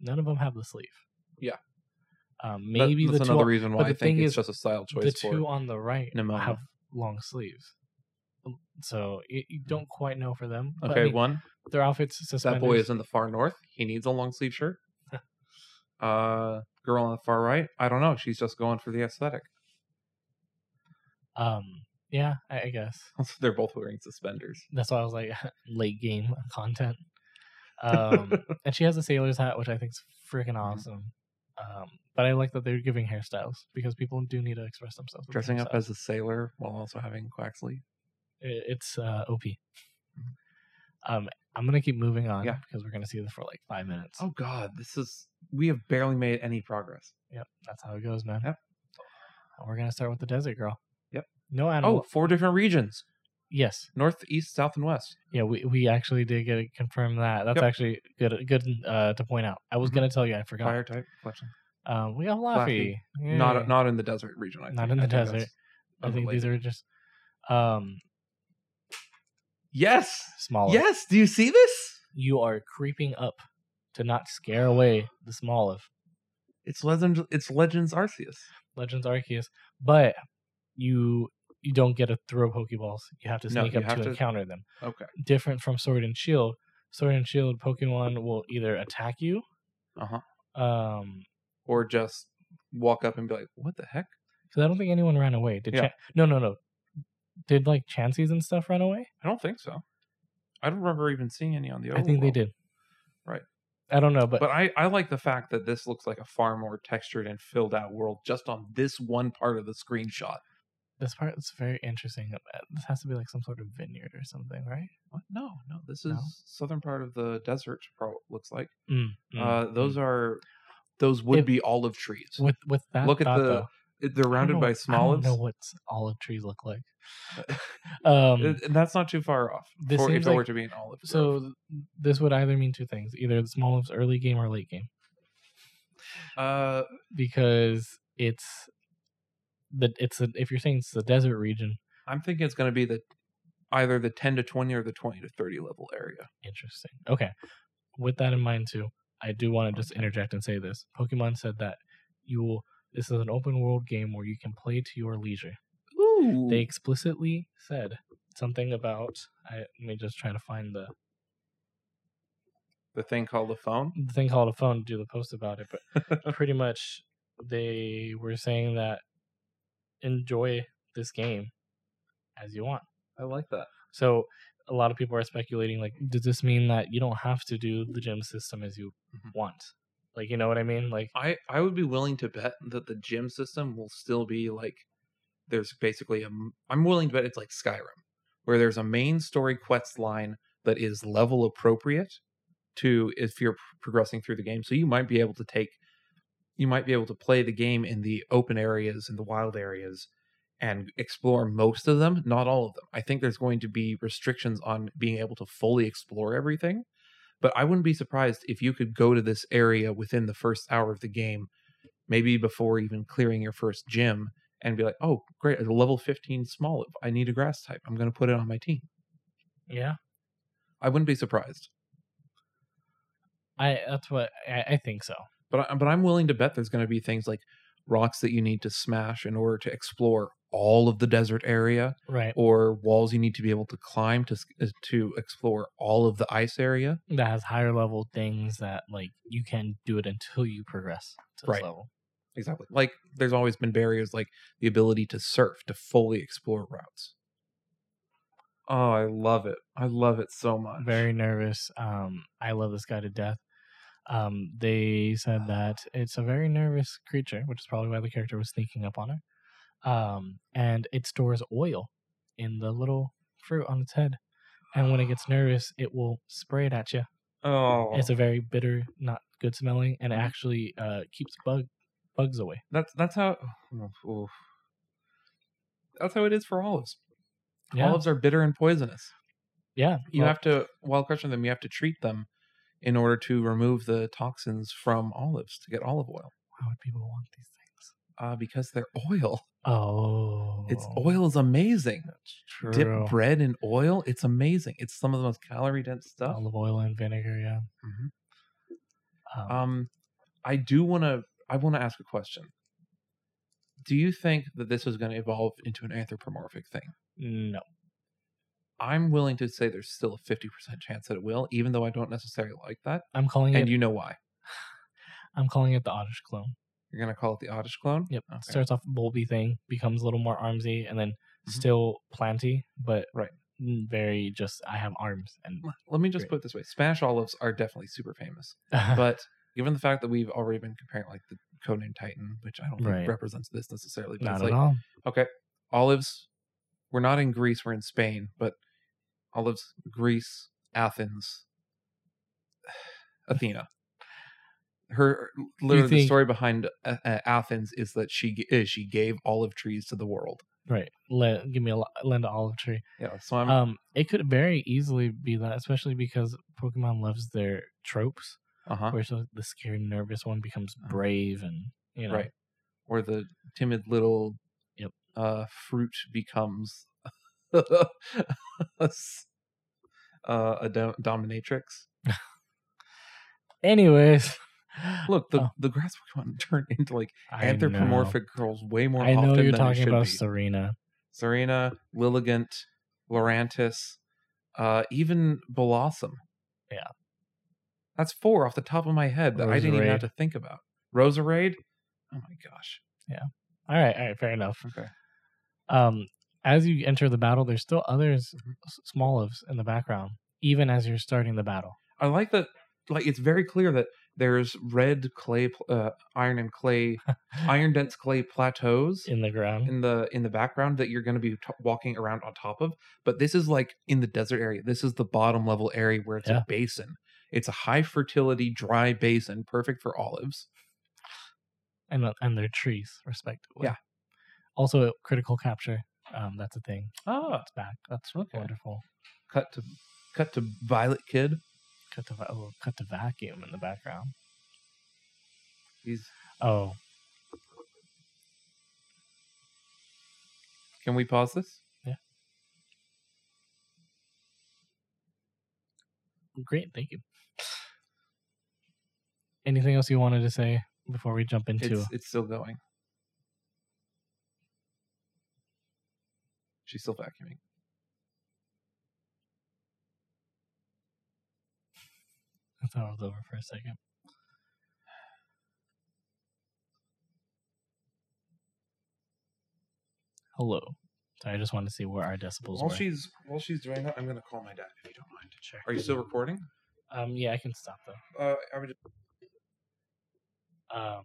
none of them have the sleeve Yeah. um That- maybe that's the two another on- reason but why the I think thing it's is, just a style choice the for two on the right pneumonia. have long sleeves Um, so you, you don't quite know for them but I Okay, mean, one. their outfits That suspenders. boy is in the far north. He needs a long sleeve shirt. uh, girl on the far right. I don't know. She's just going for the aesthetic. um yeah I, I guess They're both wearing suspenders. that's why I was like late game content um and she has a sailor's hat which I think's freaking Mm-hmm. awesome um but I like that they're giving hairstyles because people do need to express themselves with Dressing up hairstyles. as a sailor while also having Quaxley. I- it's uh OP um I'm gonna keep moving on Mm-hmm. Yeah. because we're gonna see this for like five minutes Oh God, this is we have barely made any progress. yep that's how it goes man Yep. And we're gonna start with the desert girl Yep. no animal Oh, four different regions: yes north, east, south, and west. Yeah, we, we actually did get it confirmed that. That's Yep. actually good good uh, to point out. I was Mhm. gonna tell you, I forgot. Fire type collection. Um, we have Laffy. Yay. Not not in the desert region. I think. Not in the I think that's desert. I think unrelated. these are just um Yes. smaller. Yes. Do you see this? you are creeping up to not scare away the small of It's legend. It's Legends Arceus. Legends Arceus, but you you don't get to throw Pokeballs. You have to No, sneak you up have to, to- encounter them. Okay. Different from Sword and Shield. Sword and Shield Pokemon will either attack you, Uh-huh. um, Or just walk up and be like, "What the heck?" Because I don't think anyone ran away. Did Yeah. Chan- no, no, no. Did like Chanseys and stuff run away? I don't think so. I don't remember even seeing any on the. I think they overworld. did. Oh. Right. I don't know, but, But I, I like the fact that this looks like a far more textured and filled out world just on this one part of the screenshot. this part is very interesting. Uh, This has to be like some sort of vineyard or something, right? What? No, no, this is No? southern part of the desert. Pro looks like Mm, mm, uh, those mm. are those would If- be olive trees. with with that. look at thought, the- though, It- They're I don't rounded know- by Uh, small I don't know olives, what olive trees look like. um, and and that's not too far off. this for, if seems it were like- to be an olive. so grove. th- this would either mean two things: either the small olives early game or late game, uh, because it's the it's a, if you're saying it's the desert region, I'm thinking it's going to be the either the 10 to 20 or the 20 to 30 level area. Interesting. Okay. With that in mind, too, I do want to just interject and say this. Pokemon said that you will. This is an open world game where you can play to your leisure. Ooh, They explicitly said something about. I, let me just try to find the, the thing called the phone. the thing called a phone to do the post about it, but pretty much they were saying that enjoy this game as you want. I like that. So a lot of people are speculating like, does this mean that you don't have to do the gym system as you Mhm. want? Like, you Uh know what I mean? Like, I I would be willing to bet that the gym system will still be like there's basically a m- I'm willing to bet it's like Skyrim, where there's a main story quest line that is level appropriate to if you're p- progressing through the game. So you might be able to take you might be able to play the game in the open areas and the wild areas and explore most of them, not all of them. I think there's going to be restrictions on being able to fully explore everything, but I wouldn't be surprised if you could go to this area within the first hour of the game, maybe before even clearing your first gym and be like, "Oh, great, a level 15 small. I need a grass type. I'm going to put it on my team." Yeah. I wouldn't be surprised. I that's what I, I think so. But I, but I'm willing to bet there's going to be things like rocks that you need to smash in order to explore all of the desert area Right. or walls you need to be able to climb to s- uh, to explore all of the ice area. That has higher level things that like you can do it until you progress to this Right. level. Exactly. Like there's always been barriers like the ability to surf to fully explore routes. Oh, I love it. I love it so much. Very nervous. Um I love this guy to death. Um they Ah. said that it's a very nervous creature, which is probably why the character was sneaking up on her. Um and it stores oil in the little fruit on its head. And when it gets nervous, it will spray it at you. Oh. Mm-hmm. It's a very bitter, not good smelling, and it actually uh, keeps bug bugs away. That's that's how. oof, oof. That's how it is for olives. Yeah, Olives are bitter and poisonous. yeah. You well, have to, while crushing them, you have to treat them in order to remove the toxins from olives to get olive oil. why would people want these things? Uh, because they're oil. Oh, It's oil is amazing. That's true. Dip bread in oil. It's amazing. It's some of the most calorie dense stuff. olive oil and vinegar. Yeah. Mhm. Mm-hmm. Um, Um, I do want to. I want to ask a question. Do you think that this is going to evolve into an anthropomorphic thing? no, I'm willing to say there's still a 50% chance that it will, even though I don't necessarily like that. I'm calling it. And you know why. I'm calling it the Oddish clone. You're going to call it the Oddish clone? Yep. Okay. Starts off a bulby thing, becomes a little more armsy, and then Mhm. still planty, but Right. mm, very just. I have arms and. L- Let me just Great. put it this way Smash olives are definitely super famous. but But given the fact that we've already been comparing like the codename Titan, which I don't think Right. represents this necessarily, but not it's at like, all. okay, olives, we're not in Greece, we're in Spain, but olives, Greece, Athens, Athena. Her literally the think- story behind uh, uh, Athens is that she g- uh, she gave olive trees to the world. Right. Le- give me a lo- lend an olive tree. Yeah, so I'm Um, it could very easily be that, especially because Pokemon loves their tropes, uh-huh. where so the scared, nervous one becomes Uh-huh. brave, and you know, Right. or the timid little Yep. uh, fruit becomes a, s- uh, a dom- dominatrix. Anyways, Look, the, Oh. the grass Pokemon turn into like I know. anthropomorphic girls way more I know often you're than it talking should about be. Serena. Serena, Lilligant, Lorantis, uh, even Blossom. Yeah. That's four off the top of my head that I didn't even have Roserade. to think about. Roserade? Oh my gosh. All right, all right, fair enough. Okay. Um, as you enter the battle, there's still others, Mhm. s- small lives in the background, even as you're starting the battle. I like that. Like it's very clear that there's red clay, pl- uh, iron and clay, iron dense clay plateaus In the ground, in the in the background that you're going to be t- walking around on top of. But this is like in the desert area. This is the bottom level area where it's Yeah. a basin. It's a high fertility, dry basin, perfect for olives. and the- and their trees, respectively. Yeah. Also, critical capture. Um, that's a thing. Ah, It's back. That's Okay. wonderful. cut to cut to Violet Kid. Cut the va- oh, cut the vacuum in the background. He's Oh, can we pause this? great. Thank you. Anything else you wanted to say before we jump into? It's it's still going. She's still vacuuming. I thought it was over for a second. Hello. Sorry, I just wanted to see where our decibels While were. she's while she's doing that, I'm gonna call my dad if you don't mind. Sure. Are you still recording? Um, yeah, I can stop though. Uh, I would. Just... Um,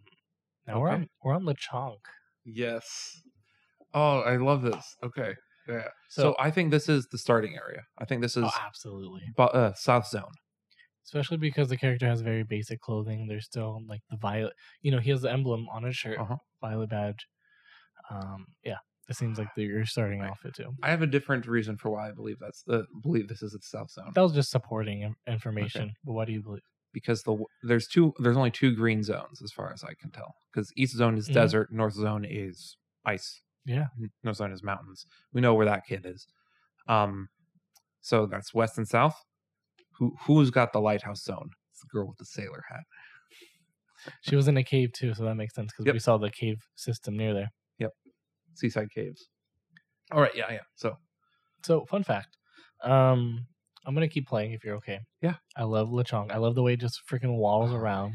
now we're Okay. on we're on the chonk. Yes. Oh, I love this. Okay. Yeah. So, So, I think this is the starting area. I think this is oh, absolutely, bu- uh, South Zone. especially because the character has very basic clothing. There's still like the violet. You know, he has the emblem on his shirt, Uh-huh. violet badge. Um, yeah, it seems like the, you're starting Right. outfit too. I have a different reason for why I believe that's the believe this is the South Zone That was just supporting in- information. But what do you believe? because the there's two there's only two green zones as far as I can tell because East Zone is Mhm. desert, North Zone is ice, Yeah, N- North Zone is mountains. We know where that kid is. Um, so that's West and South. Who who's got the lighthouse zone? It's the girl with the sailor hat. she was in a cave too, so that makes sense because Yep. we saw the cave system near there. Seaside Caves. All right, yeah, yeah. So So, fun fact. Um, I'm gonna keep playing if you're okay. Yeah. Oh I love Lechonk. I love the way it just freaking waddles around.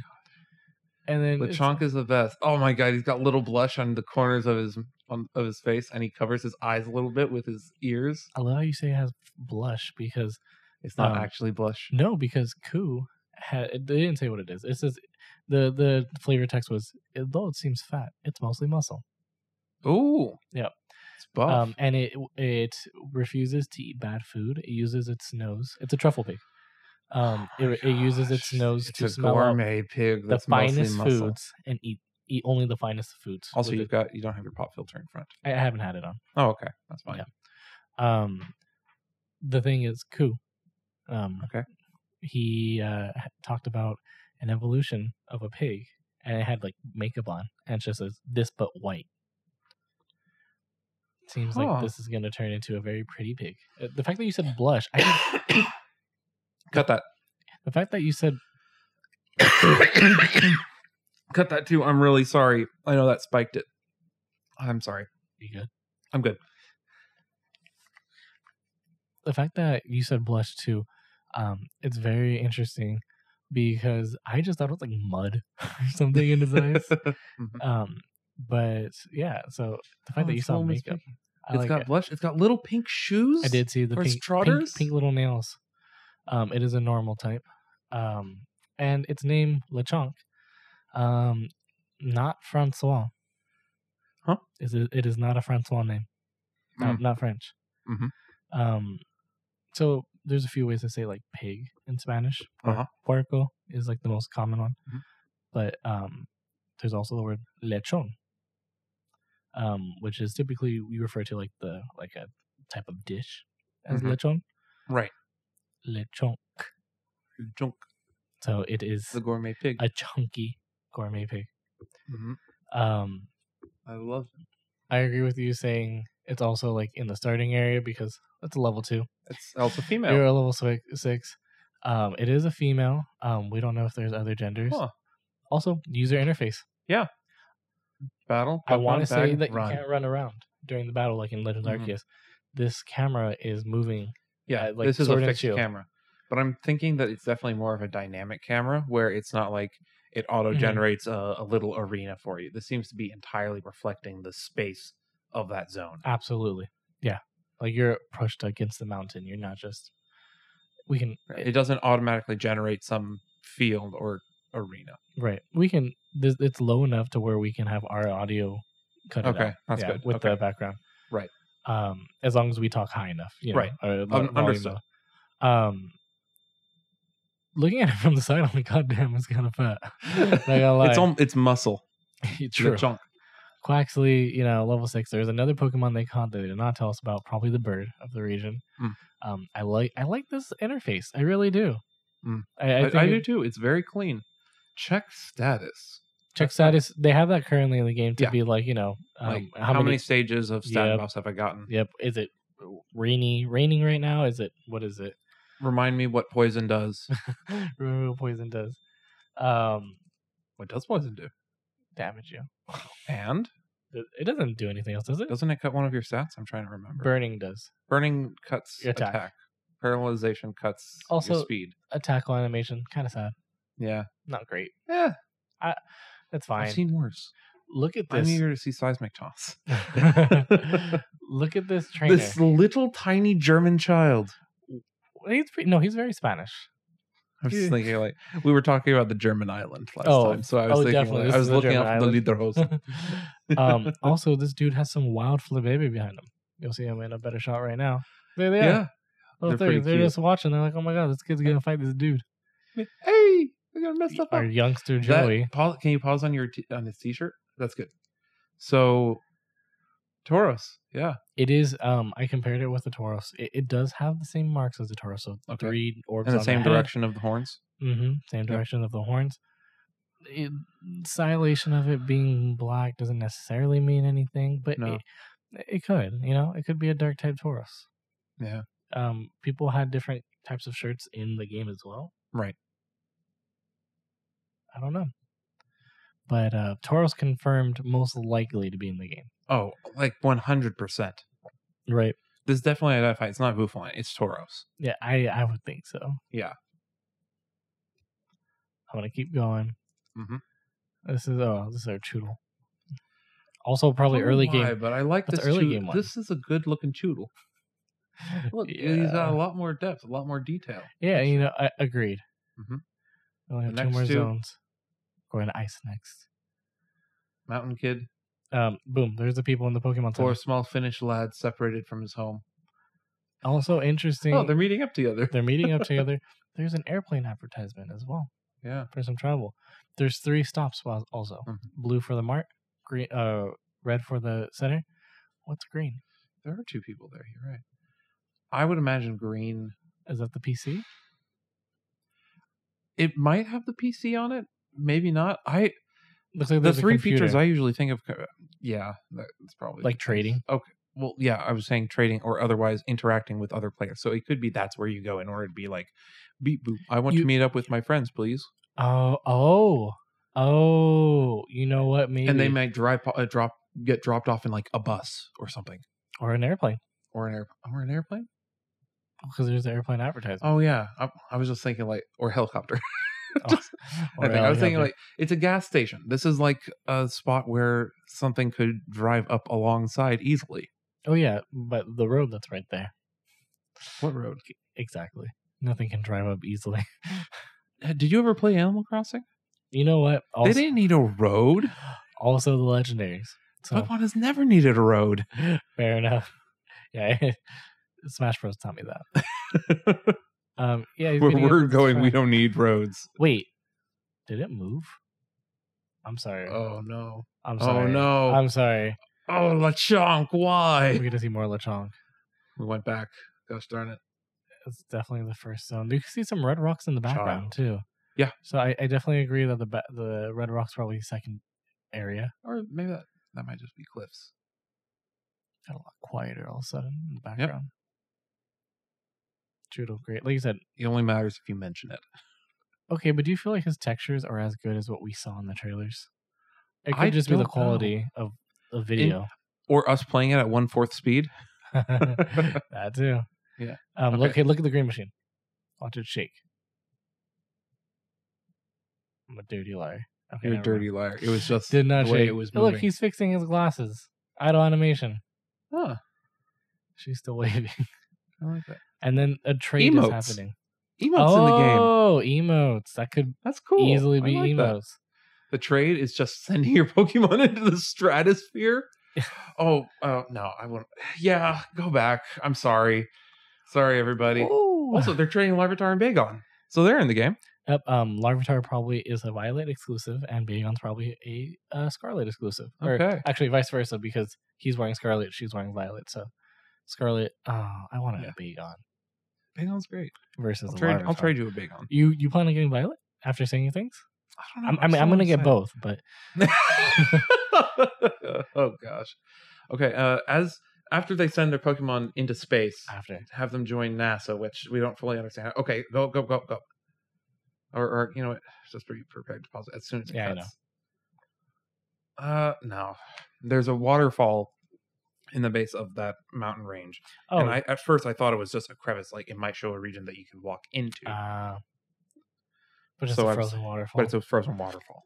And then it's- Lechonk is the best. Oh my god, he's got little blush on the corners of his on, of his face, and he covers his eyes a little bit with his ears. I love how you say it has blush because It's Um, not actually blush. no, because Ku had they didn't say what it is. It says the the flavor text was though it seems fat, it's mostly muscle. Ooh, Yep. it's buff. mm. Um, and it it refuses to eat bad food. It uses its nose. It's a truffle pig. Um, Oh my it, it uses its gosh, nose it's to a smell out gourmet pig. the That's mostly finest muscle. foods and eat eat only the finest foods. Also, with you've it. got you don't have your pop filter in front. I haven't had it on. Oh, okay, that's fine. Yeah. Um, the thing is, Ku, um, Okay. he uh, h- talked about an evolution of a pig, and it had like makeup on, and it just says this but white. Seems Huh. like this is going to turn into a very pretty pig. Uh, The fact that you said blush, I didn't- Cut that. the fact that you said Cut that too. I'm really sorry. I know that spiked it. I'm sorry. You good? I'm good. the fact that you said blush too, um, it's very interesting because I just thought it was like mud or something in his eyes. Mhm. Um, but yeah, so the fact Oh, that you it's saw little Miss makeup, Piggy. I It's like got it. blush. It's got little pink shoes. I did see the for pink, pink- Strodders? pink little nails. Um, it is a normal type, um, and its name Lechonk, um, not Francois. Huh? Is it, it is not a Francois name, not, Mm. not French. Mhm. Um, so there's a few ways to say like pig in Spanish. Puer- Uh-huh. Puerco is like the most common one, Mhm. but um, there's also the word lechon, um, which is typically we refer to like the like a type of dish as Mhm. lechon. Right. Lechon. Junk So it is the gourmet pig. a chunky gourmet pig. Mhm. Um, I love it. I agree with you saying it's also like in the starting area because that's a level two. It's also female. You're a level swi- six. Um, it is a female. Um, we don't know if there's other genders. Huh. Also, user interface. Battle. I pop want on, to say bag, that run. you can't run around during the battle, like in Legends Mhm. Arceus. This camera is moving. Yeah, uh, like this is a Sword and fixed Shield. camera, but I'm thinking that it's definitely more of a dynamic camera where it's not like it Mm-hmm. auto generates a, a little arena for you. This seems to be entirely reflecting the space of that zone. Absolutely, yeah. Like you're pushed against the mountain. You're not just. We can It doesn't automatically generate some field or arena. right. We can. This, it's low enough to where we can have our audio cut. it out. Okay, that's yeah, good. with okay. the background. Right. Um, as long as we talk high enough, you know, Right. or lo- Un- volume understood. low. Um, looking at it from the side, I'm like, goddamn, it's kind of fat. Not gonna lie. it's all, it's muscle. true. The chunk. Quaxley, you know, level six. There's another Pokemon they caught that they did not tell us about. Probably the bird of the region. Mm. Um, I like I like this interface. I really do. Mm. I, I I, think I it- do too. It's very clean. Check status. check That's fine. status. They have that currently in the game to Yeah. be like you know um, Like how, how, many, many. stages of stat Yep. buffs have I gotten? Yep. Is it rainy? Raining right now? Is it what is it? Remind me what poison does. remember what poison does. Um, what does poison do? damage you. And It it doesn't do anything else, does it? doesn't it cut one of your stats? I'm trying to remember. Burning does. Burning cuts Your attack. attack. Paralyzation cuts your Also- speed. A tackle animation, kind of sad. Yeah. Not great. Yeah. That's I've fine. seen worse. Look at I'm this. eager to see seismic toss. Look at this trainer. This little tiny German child. He's pretty, no, he's very Spanish. I was just thinking like we were talking about the German island last Oh, time, so I was oh, thinking definitely, like, this I is was the looking German up the island. Liederhosen. um, also, this dude has some wild flibaby behind him. You'll see him in a better shot right now. There they yeah. are. Little they're they're, pretty they're cute. just watching. They're like, oh my God, this kid's going to fight this dude. Hey, we got messed up. Our youngster That- Joey. pause, can you pause on your t- on his t-shirt? That's good. So, Taurus, yeah, It is, um, I compared it with the Tauros. It, it does have the same marks as the Tauros. So Okay. three orbs in the same direction of the horns. Mm-hmm, same direction of the horns. It, silation of it being black doesn't necessarily mean anything, but No. it, it could. You know, it could be a dark type Taurus. Yeah, um, people had different types of shirts in the game as well. right. I don't know. But uh, Tauros confirmed most likely to be in the game. Oh, like one hundred percent. Right. This definitely identifies. It's not Buffon. It's Tauros. Yeah, I, I would think so. Yeah. I'm going to keep going. Mhm. This is, oh, this is our Choodle. Also, probably Don't know early why, game. Oh but I like That's this early early game one. This is a good looking choodle. Look, he's Yeah. got a lot more depth, a lot more detail. Yeah, you know, I, agreed. Mhm. We only have The two next more two. zones. Going to ice next. Mountain kid, Um, boom, there's the people in the Pokemon Center. four small Finnish lads separated from his home. Also interesting. Oh, they're meeting up together. they're meeting up together. There's an airplane advertisement as well Yeah, for some travel. There's three stops wa- also. Mhm. Blue for the mart, green, uh, red for the center. What's green? there are two people there. You're right. I would imagine green Is that the PC? it might have the PC on it, maybe not. I Looks like the there's a three computer. features I usually think of. co- Yeah, that's probably Like trading? Okay, well, yeah, I was saying trading or otherwise interacting with other players. So it could be that's where you go in order to be like, beep boop. I want You- to meet up with my friends, please. Oh, oh, oh! You know what? Maybe And they might drive uh, drop get dropped off in like a bus or something or an airplane or an air or an airplane. because there's an airplane advertisement. Oh yeah, I, I was just thinking like or helicopter. Oh, or I, think. I was thinking helicopter. like it's a gas station. This is like a spot where something could drive up alongside easily. oh yeah, but the road that's right there. What road? Exactly. Nothing can drive up easily. Uh, Did you ever play Animal Crossing? You know what? Also, They didn't need a road. also the legendaries. So Pokemon has never needed a road. Fair enough. Yeah, Smash Bros. taught me that. Um, yeah, he's Where meeting up we're with his going, we friend. don't need roads. Wait, did it move? I'm sorry. Oh no. I'm oh, sorry. no. I'm sorry. Oh Lechonk, We're why? gonna see more Lechonk. We went back. Gosh darn it. It's definitely the first zone. You can see some red rocks in the background too. Yeah. So I, I definitely agree that the ba- the red rocks probably second area Or maybe that that might just be cliffs. got a lot quieter all of a sudden in the background. Judo, great. Like you said, It only matters if you mention it. Okay, but do you feel like his textures are as good as what we saw in the trailers? It could I just be the don't know. quality of the video. Or us playing it at one fourth speed. that too. Yeah. Um, Look Okay. at look at the green machine. Watch it shake. I'm a dirty liar. Okay, You're never a mind. dirty liar. It was just Did not the shake. way it was Oh, moving. Look, he's fixing his glasses. Idle animation. Huh, She's still waving. I like that. And then a trade Emotes. is happening. Emotes oh, in the game. emotes. That could That's cool. easily I be like that. emotes. The trade is just sending your Pokemon into the stratosphere. oh, oh no, I won't. Yeah, go back. I'm sorry. Sorry, everybody. Ooh. Also, they're trading Larvitar and Bagon. So they're in the game. Yep. Um, Larvitar probably is a Violet exclusive, and Bagon's probably a uh, Scarlet exclusive. Or Okay. actually, vice versa, because he's wearing Scarlet, she's wearing Violet. So Scarlet, oh, I want Yeah. a Bagon Bagon's great. versus I'll a trade, I'll Larvitar. trade you a Bagon. You you plan on getting Violet after seeing your things? I don't know. I'm, I mean, I'm gonna get both, but both. oh gosh. Okay. Uh, as after they send their Pokemon into space, after have them join NASA, which we don't fully understand. Okay, go, go, go, go. Or, or you know what? Just be prepared to pause it as soon as it Yeah, I cuts. Uh, no. There's a waterfall in the base of that mountain range, oh, and I at first I thought it was just a crevice, like it might show a region that you could walk into, uh, but it's So I a was- frozen waterfall. but it's a frozen waterfall.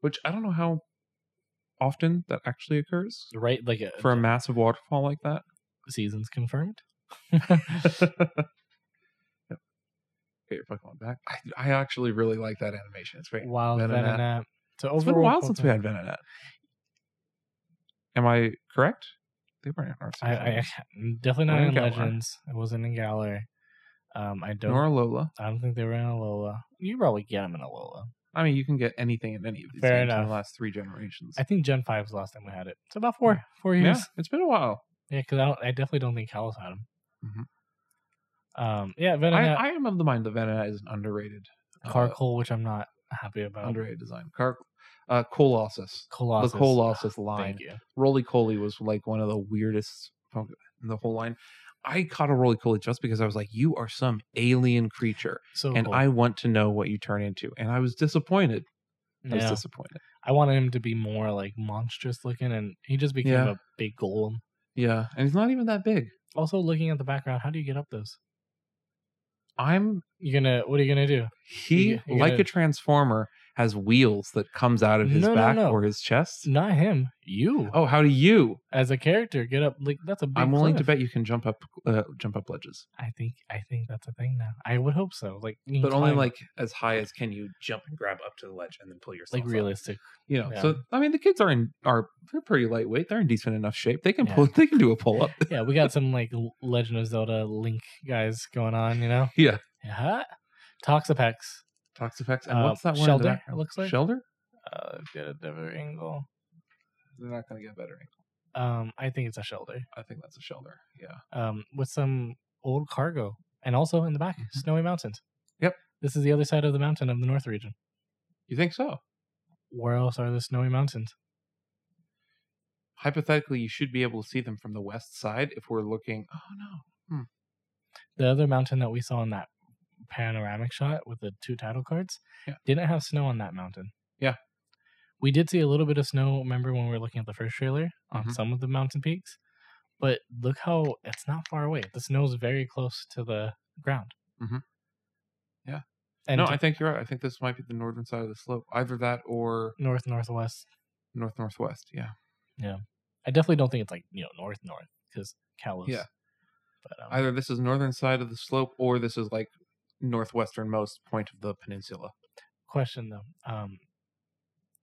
Which I don't know how often that actually occurs right like uh, a, for a massive waterfall like that. seasons confirmed. Yep. Get your Pokemon back. I, I actually really like that animation. It's great. While Venonat. Venonat. So overall, It's been a while since we Pokemon- had Venonat. Am I correct? They weren't in our I, I season. definitely not Or in in Galar. Legends. I wasn't in Galar. Um, I don't. nor Lola. I don't think they were in Alola. You probably get them in Alola. I mean, you can get anything in any of these Fair games in enough. the last three generations. I think Gen Five's the last time we had it. It's about four four yeah, years. it's been a while. Yeah, because I, don't- I definitely don't think Kalos had them. Mhm. Um, yeah, Mm-hmm. I, Venonat, I am of the mind that Venonat is an underrated, uh, Carcoal, which I'm not happy about. underrated design. Car, uh, Colossus, Colossus. Ah, oh, the Colossus line. Thank you. Roly Coly was like one of the weirdest Pokemon in the whole line. I caught a Roly Coly just because I was like, "You are some alien creature, So and cool. I want to know what you turn into." And I was disappointed. I was Yeah. disappointed. I wanted him to be more like monstrous looking, and he just became Yeah. a big golem. Yeah, and he's not even that big. Also, looking at the background, how do you get up those? I'm You gonna? What are you gonna do? he You- you like gotta- a transformer has wheels that comes out of his No, no, back no. or his chest. Not him. You Oh, how do you? as a character get up like that's a big. I'm willing to cliff. bet you can jump up, uh, jump up ledges, I think I think that's a thing now. I would hope so. Like, you can but only climb, like as high as can you jump and grab up to the ledge and then pull yourself. like up. realistic. you know. Yeah. So I mean, the kids are in are they're pretty lightweight. They're in decent enough shape. They can Yeah. pull. They can do a pull up. Yeah, we got some like L- Legend of Zelda Link guys going on. You know. yeah. Yeah. Toxapex. Toxapex and Uh, what's that one? in the Shelter, it background? looks like. Shelter. Uh, if you had a different angle. They're not going to get better. Um, I think it's a shelter. I think that's a shelter. Yeah. Um, with some old cargo, and also in the back, Mhm. snowy mountains. Yep. This is the other side of the mountain of the North region. You think so? Where else are the snowy mountains? Hypothetically, you should be able to see them from the west side if we're looking. Oh no. the other mountain that we saw in that panoramic shot with the two title cards Yeah. didn't have snow on that mountain. Yeah. We did see a little bit of snow, remember when we were looking at the first trailer on Mhm. some of the mountain peaks? But look how it's not far away. The snow's very close to the ground. Mhm. Yeah. And no, to I think you're right. I think this might be the northern side of the slope. Either that or north, northwest. north northwest. Yeah. I definitely don't think it's like, you know, north, north, because Kalos. Yeah. But, um, Either this is northern side of the slope or this is like northwesternmost point of the peninsula. question though. Um,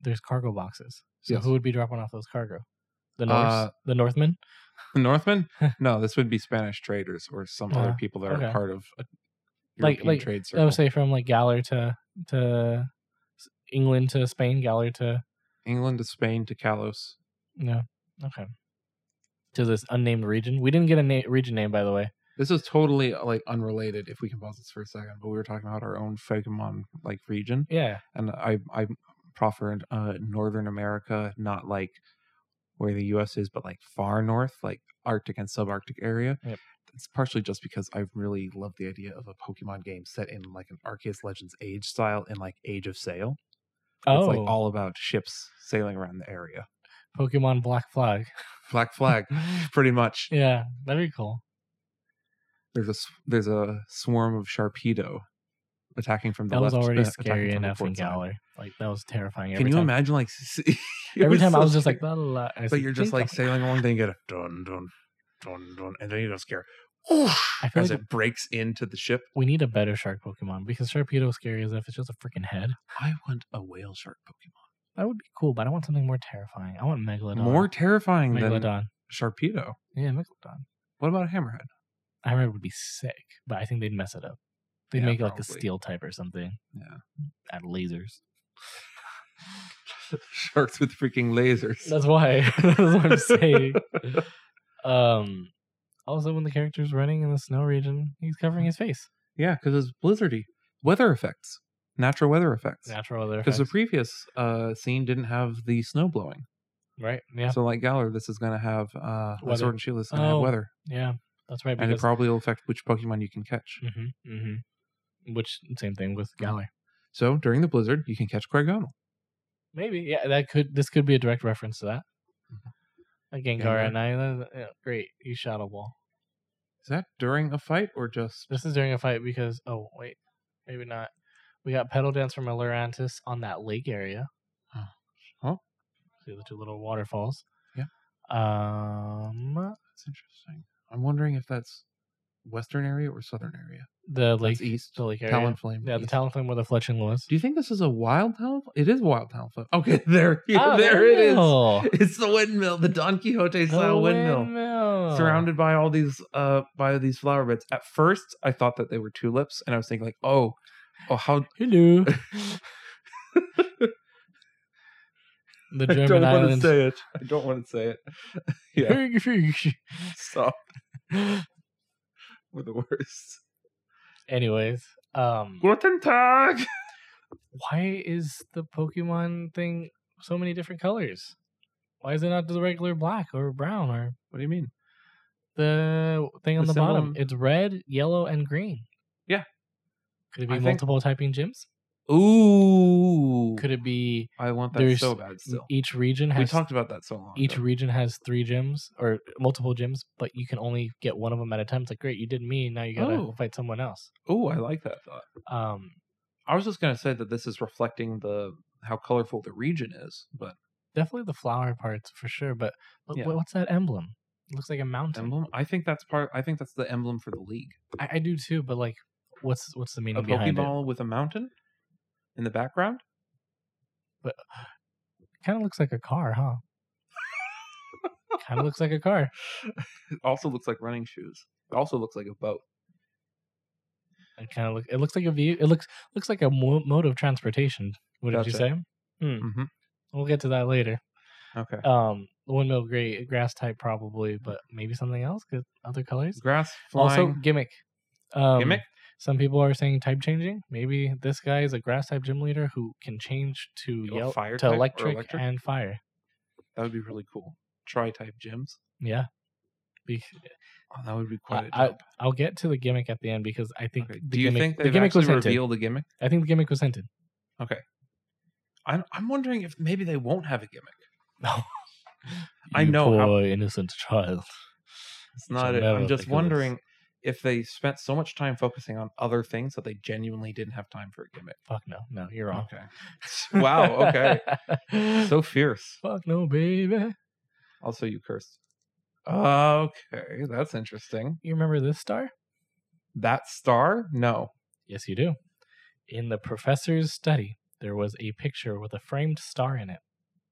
there's cargo boxes. So Yes. who would be dropping off those cargo? The Norse? Uh, the Northmen? Northmen? No, this would be Spanish traders or some other Uh, people that are okay. part of a Like- European like, trade I circle. would say from like Galler to to s- England to Spain, Galler to England to Spain to Kalos. no, okay, to this unnamed region. We didn't get a na- region name, by the way. This is totally uh, like unrelated. If we can pause this for a second, but we were talking about our own Pokemon like region, Yeah, and I I proffered uh, Northern America, not like where the U.S. is, but like far north, like Arctic and subarctic area. Yep. It's partially just because I really love the idea of a Pokemon game set in like an Arceus Legends Age style in like Age of Sail. oh, It's like all about ships sailing around the area. Pokemon Black Flag. Black Flag, pretty much. Yeah, that'd be cool. There's a sw- there's a swarm of Sharpedo attacking from the That was left. already uh, attacking scary from the enough in port side. Galler. Like that was terrifying. Every Can you time. imagine like s- it Every time I so was just scary. like, blah, blah, blah. and I but said, you're just "Think like of-" sailing along, then you get a dun dun dun dun, and then you get a scare. Oof, I feel as like- it breaks into the ship. we need a better shark Pokemon because Sharpedo is scary as if it's just a freaking head. I want a whale shark Pokemon. That would be cool, but I want something more terrifying. I want Megalodon. More terrifying than Megalodon. Sharpedo. Yeah, Megalodon. What about a hammerhead? I read would be sick, but I think they'd mess it up. They'd Yeah, make like a probably. steel type or something. Yeah. Add lasers. Sharks with freaking lasers. That's why. That's what I'm saying. um, also, when the character's running in the snow region, he's covering his face. Yeah, because it's blizzardy. Weather effects, natural weather effects. Natural other Because effects. the previous uh, scene didn't have the snow blowing. right? Yeah. So, like Galar, this is going to have uh, a Weather. Sword and Shield is going to Oh, have weather, yeah. That's right. and it Because, probably will affect which Pokemon you can catch. hmm hmm Which, same thing with Galar. So, during the blizzard, you can catch Cragonal. Maybe. Yeah, that could, this could be a direct reference to that. Mm-hmm. Again, Gengar. Gara and I, yeah, great. You shot a wall. Is that during a fight or just? This is during a fight because oh wait, maybe not. We got pedal dance from Elurantis on that lake area. Oh. Huh? See the two little waterfalls. Yeah. Um. That's interesting. I'm wondering if that's western area or southern area? The lake, That's east. the lake area. Talonflame. Yeah, the east. Talonflame where the fletching was. Do you think this is a wild Talonflame? It is wild Talonflame. Okay, there, Oh, there it is. windmill. It's the windmill, the Don Quixote The style windmill. windmill. surrounded by by all these uh by these flower beds. At first, I thought that they were tulips, and I was thinking like, oh, oh how Hello. the I German don't want to islands. say it. I don't want to say it. yeah. Stop. We're the worst. Anyways, um, Guten Tag. why is the Pokemon thing so many different colors? Why is it not the regular black or brown or what do you mean? the thing on the, The symbol- bottom? It's red, yellow, and green. Yeah. Could it I be think- multiple typing gyms? Ooh, Could it be I want that there's- so e bad still. each region We has talked about that so long. each ago. region has three gyms or multiple gyms, but you can only get one of them at a time. It's like great, you did me, now you gotta Oh. fight someone else. Ooh, I like that thought. Um, I was just gonna say that this is reflecting the how colorful the region is, but definitely the flower parts for sure, but but Yeah. what- what's that emblem? It looks like a mountain. emblem. I think that's part. I think that's the emblem for the league. I, I do too, but like, what's what's the meaning A behind it? pokeball with a mountain in the background. Kind of looks like a car, huh? kind of looks like a car. It also looks like running shoes. It also looks like a boat. It kind of look. It looks like a view. It looks looks like a mo- mode of transportation. Wouldn't you say? Gotcha. Hmm. Mhm. We'll get to that later. Okay. Um, the windmill gray grass type probably, but maybe something else. 'cause Other colors. Grass Also flying. gimmick. Um, Gimmick? Some people are saying type changing. Maybe this guy is a grass type gym leader who can change to A yell to fire type or electric, electric? and fire. That would be really cool. Tri type gyms. Yeah. Be- Oh, that would be quite a I- job. I'll get to the gimmick at the end because I think Okay. the Do you gimmick, think the they've gimmick was actually hinted. revealed the gimmick? I think the gimmick was hinted. I'm I'm wondering if maybe they won't have a gimmick. I You know how- poor innocent child. It's not. a It. matter I'm of just ridiculous. wondering if they spent so much time focusing on other things that they genuinely didn't have time for a gimmick. Fuck no, no, you're wrong. Okay. wow. Okay. So fierce. fuck no, baby. Also, you cursed. Okay, that's interesting. You remember this star? That star? No. Yes, you do. In the professor's study, there was a picture with a framed star in it.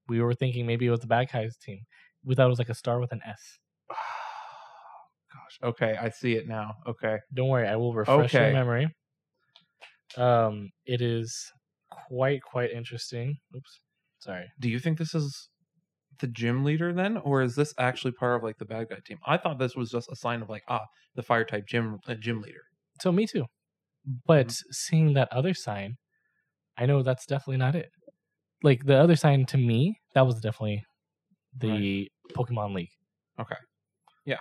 We were thinking maybe it was the bad guys team. We thought it was like a star with an S. Gosh. Okay, I see it now. Okay. Don't worry, I will refresh your Okay. memory. Um, it is quite quite interesting. Oops, sorry. Do you think this is the gym leader then, or is this actually part of like the bad guy team? I thought this was just a sign of like ah, the fire type gym uh, gym leader. So me too. But Mm-hmm. seeing that other sign, I know that's definitely not it. Like the other sign to me, that was definitely the Pokemon League. Okay. Yeah.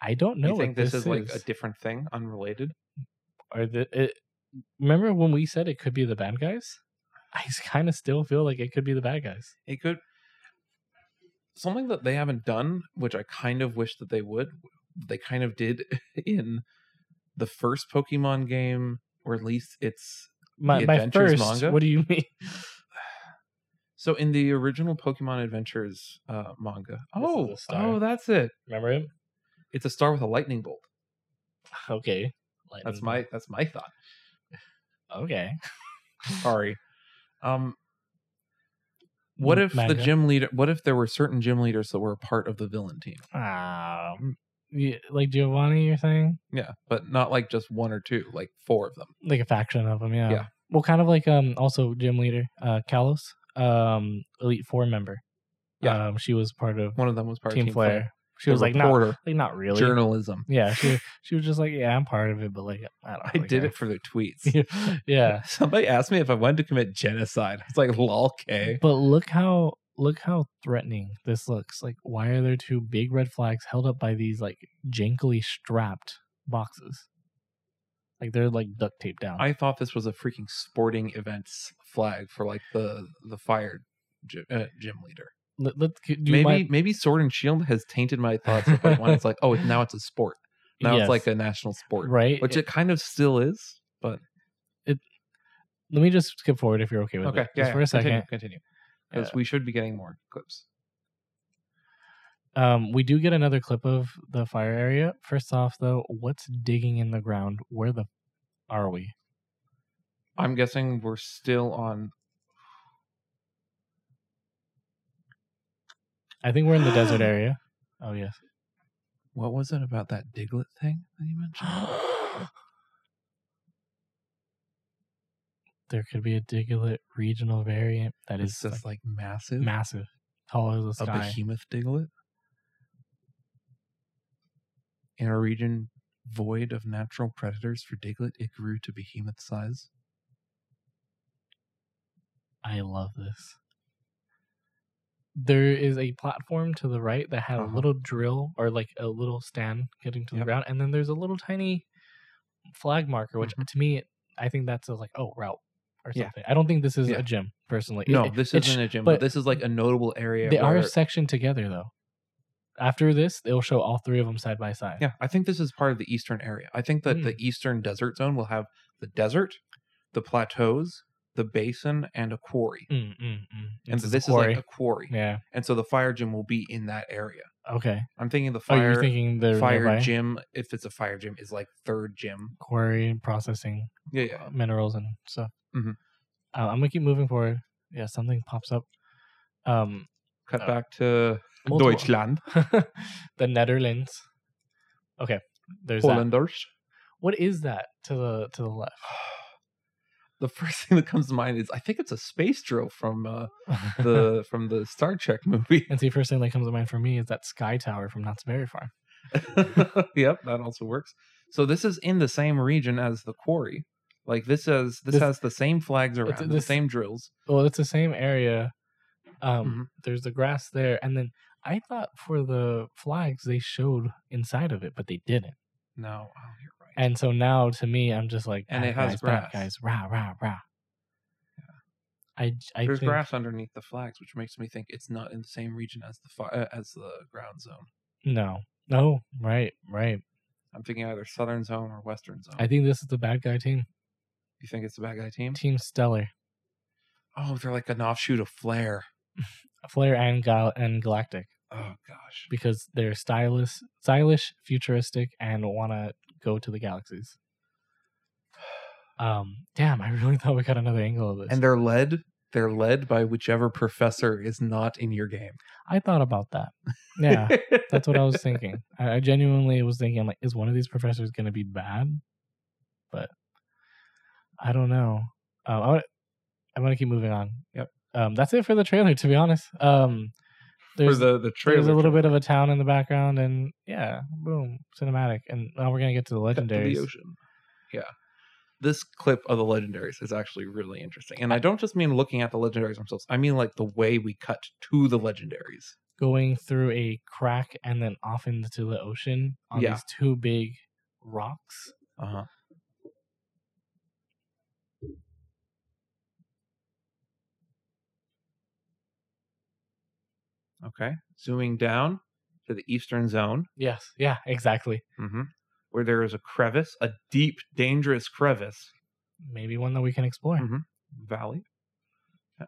I don't know. you what think this, is, like a different thing, unrelated? or the it, remember when we said it could be the bad guys? I kind of still feel like it could be the bad guys. It could something that they haven't done, which I kind of wish that they would. They kind of did in the first Pokemon game, or at least it's My, The my Adventures first. manga? What do you mean? so in the original Pokemon Adventures uh, manga. This is Oh, a star. oh, that's it. Remember him? It's a star with a lightning bolt. Okay. That's Lightning my that's my thought. Bolt. okay. Sorry. Um what M- if manga. the gym leader what if there were certain gym leaders that were a part of the villain team? Um, yeah, like Giovanni, you're saying? Yeah, but not like just one or two, like four of them. like a faction of them yeah Yeah. well kind of like um also gym leader uh kalos um elite four member Yeah. um she was part of One of them was part team, of Team flair. Flare. she The was like not, reporter, like not really journalism. yeah she she was just like yeah i'm part of it but like i don't I really did care. it for the tweets. yeah Somebody asked me if I wanted to commit genocide. It's like lol K. but look how look how threatening this looks like why are there two big red flags held up by these like jankily strapped boxes like they're like duct taped down I thought this was a freaking sporting events flag for like the the fire gym, uh, gym leader. let, let, do you maybe mind- maybe Sword and Shield has tainted my thoughts of like when it's like, oh, now it's a sport. Now Yes. it's like a national sport, right which it kind of still is. But let me just skip forward if you're okay with okay, it. Just for a second. continue, continue, because we should be getting more clips. Um, we do get another clip of the fire area. First off, though, what's digging in the ground? Where the are we? I'm guessing we're still on. I think we're in the desert area. Oh yes. What was it about that diglet thing that you mentioned? There could be a diglet regional variant that It's is like, just like massive, massive, tall as the a sky. behemoth diglet in a region void of natural predators for diglet. It grew to behemoth size. I love this. There is a platform to the right that had Uh-huh. a little drill or like a little stand getting to the Yep. ground, and then there's a little tiny flag marker, which Mhm. to me, I think that's a, like oh route or Yeah. something. I don't think this is Yeah. a gym personally. It- No, it- this it sh- isn't a gym. But, but this is like a notable area. They are where- sectioned together though. After this, they'll show all three of them side by side. Yeah, I think this is part of the eastern area. I think that Mm. the eastern desert zone will have the desert, the plateaus, the basin, and a quarry. Mm, mm, mm. And It's a this quarry. is like a quarry. yeah. And so the fire gym will be in that area. Okay. I'm thinking the oh, fire you're thinking the fire nearby? gym, if it's a fire gym, is like third gym. quarry and processing Yeah, yeah. uh, minerals and stuff. Mhm. Uh, I'm gonna keep moving forward. Yeah, something pops up. Um, Cut Uh, back to multiple- Deutschland, the Netherlands. Okay, there's that. Hollanders. What is that to the to the The first thing that comes to mind is I think it's a space drill from uh, left? the from the Star Trek movie. and see, first thing that comes to mind for me is that sky tower from Knott's Berry Farm. yep, that also works. So this is in the same region as the quarry. Like this has this, This- has the same flags around, the this- same drills. Well, it's the same area. Um, Mm-hmm. There's the grass there, and then I thought for the flags they showed inside of it, but they didn't. No, oh, you're right. And so now to me, I'm just like, And "Bad it has guys, bad grass. guys, rah rah rah. I I There's think, grass underneath the flags, which makes me think it's not in the same region as the fi- uh, as the ground zone. no no right right. I'm thinking either southern zone or western zone. I think this is the bad guy team, you think it's the bad guy team? Team Stellar, Oh, they're like an offshoot of Flare. Flare and Gal and Galactic Oh gosh, because they're stylish, stylish, futuristic, and wanna go to the galaxies. Um, damn, I really thought we got another angle of this. and they're led. They're led by whichever professor is not in your game. I thought about that. Yeah. That's what I was thinking. I, I genuinely was thinking, I'm like, is one of these professors going to be bad? But I don't know. Um, I wanna, I'm going to keep moving on. Yep. Um, that's it for the trailer, to be honest. Um, for there's, the the trailer. there's a little bit of a town in the background, and yeah, boom, cinematic. And now we're going to get to the cut to the legendaries. ocean. Yeah. This clip of the legendaries is actually really interesting. And I don't just mean looking at the legendaries themselves. I mean like the way we cut to the legendaries. Going through a crack and then off into the ocean on Yeah. these two big rocks. Uh-huh. Okay. Zooming down to the eastern zone, Yes. Yeah, exactly. hmm where there is a crevice, a deep, dangerous crevice Maybe one that we can explore. Mhm. valley. Yeah.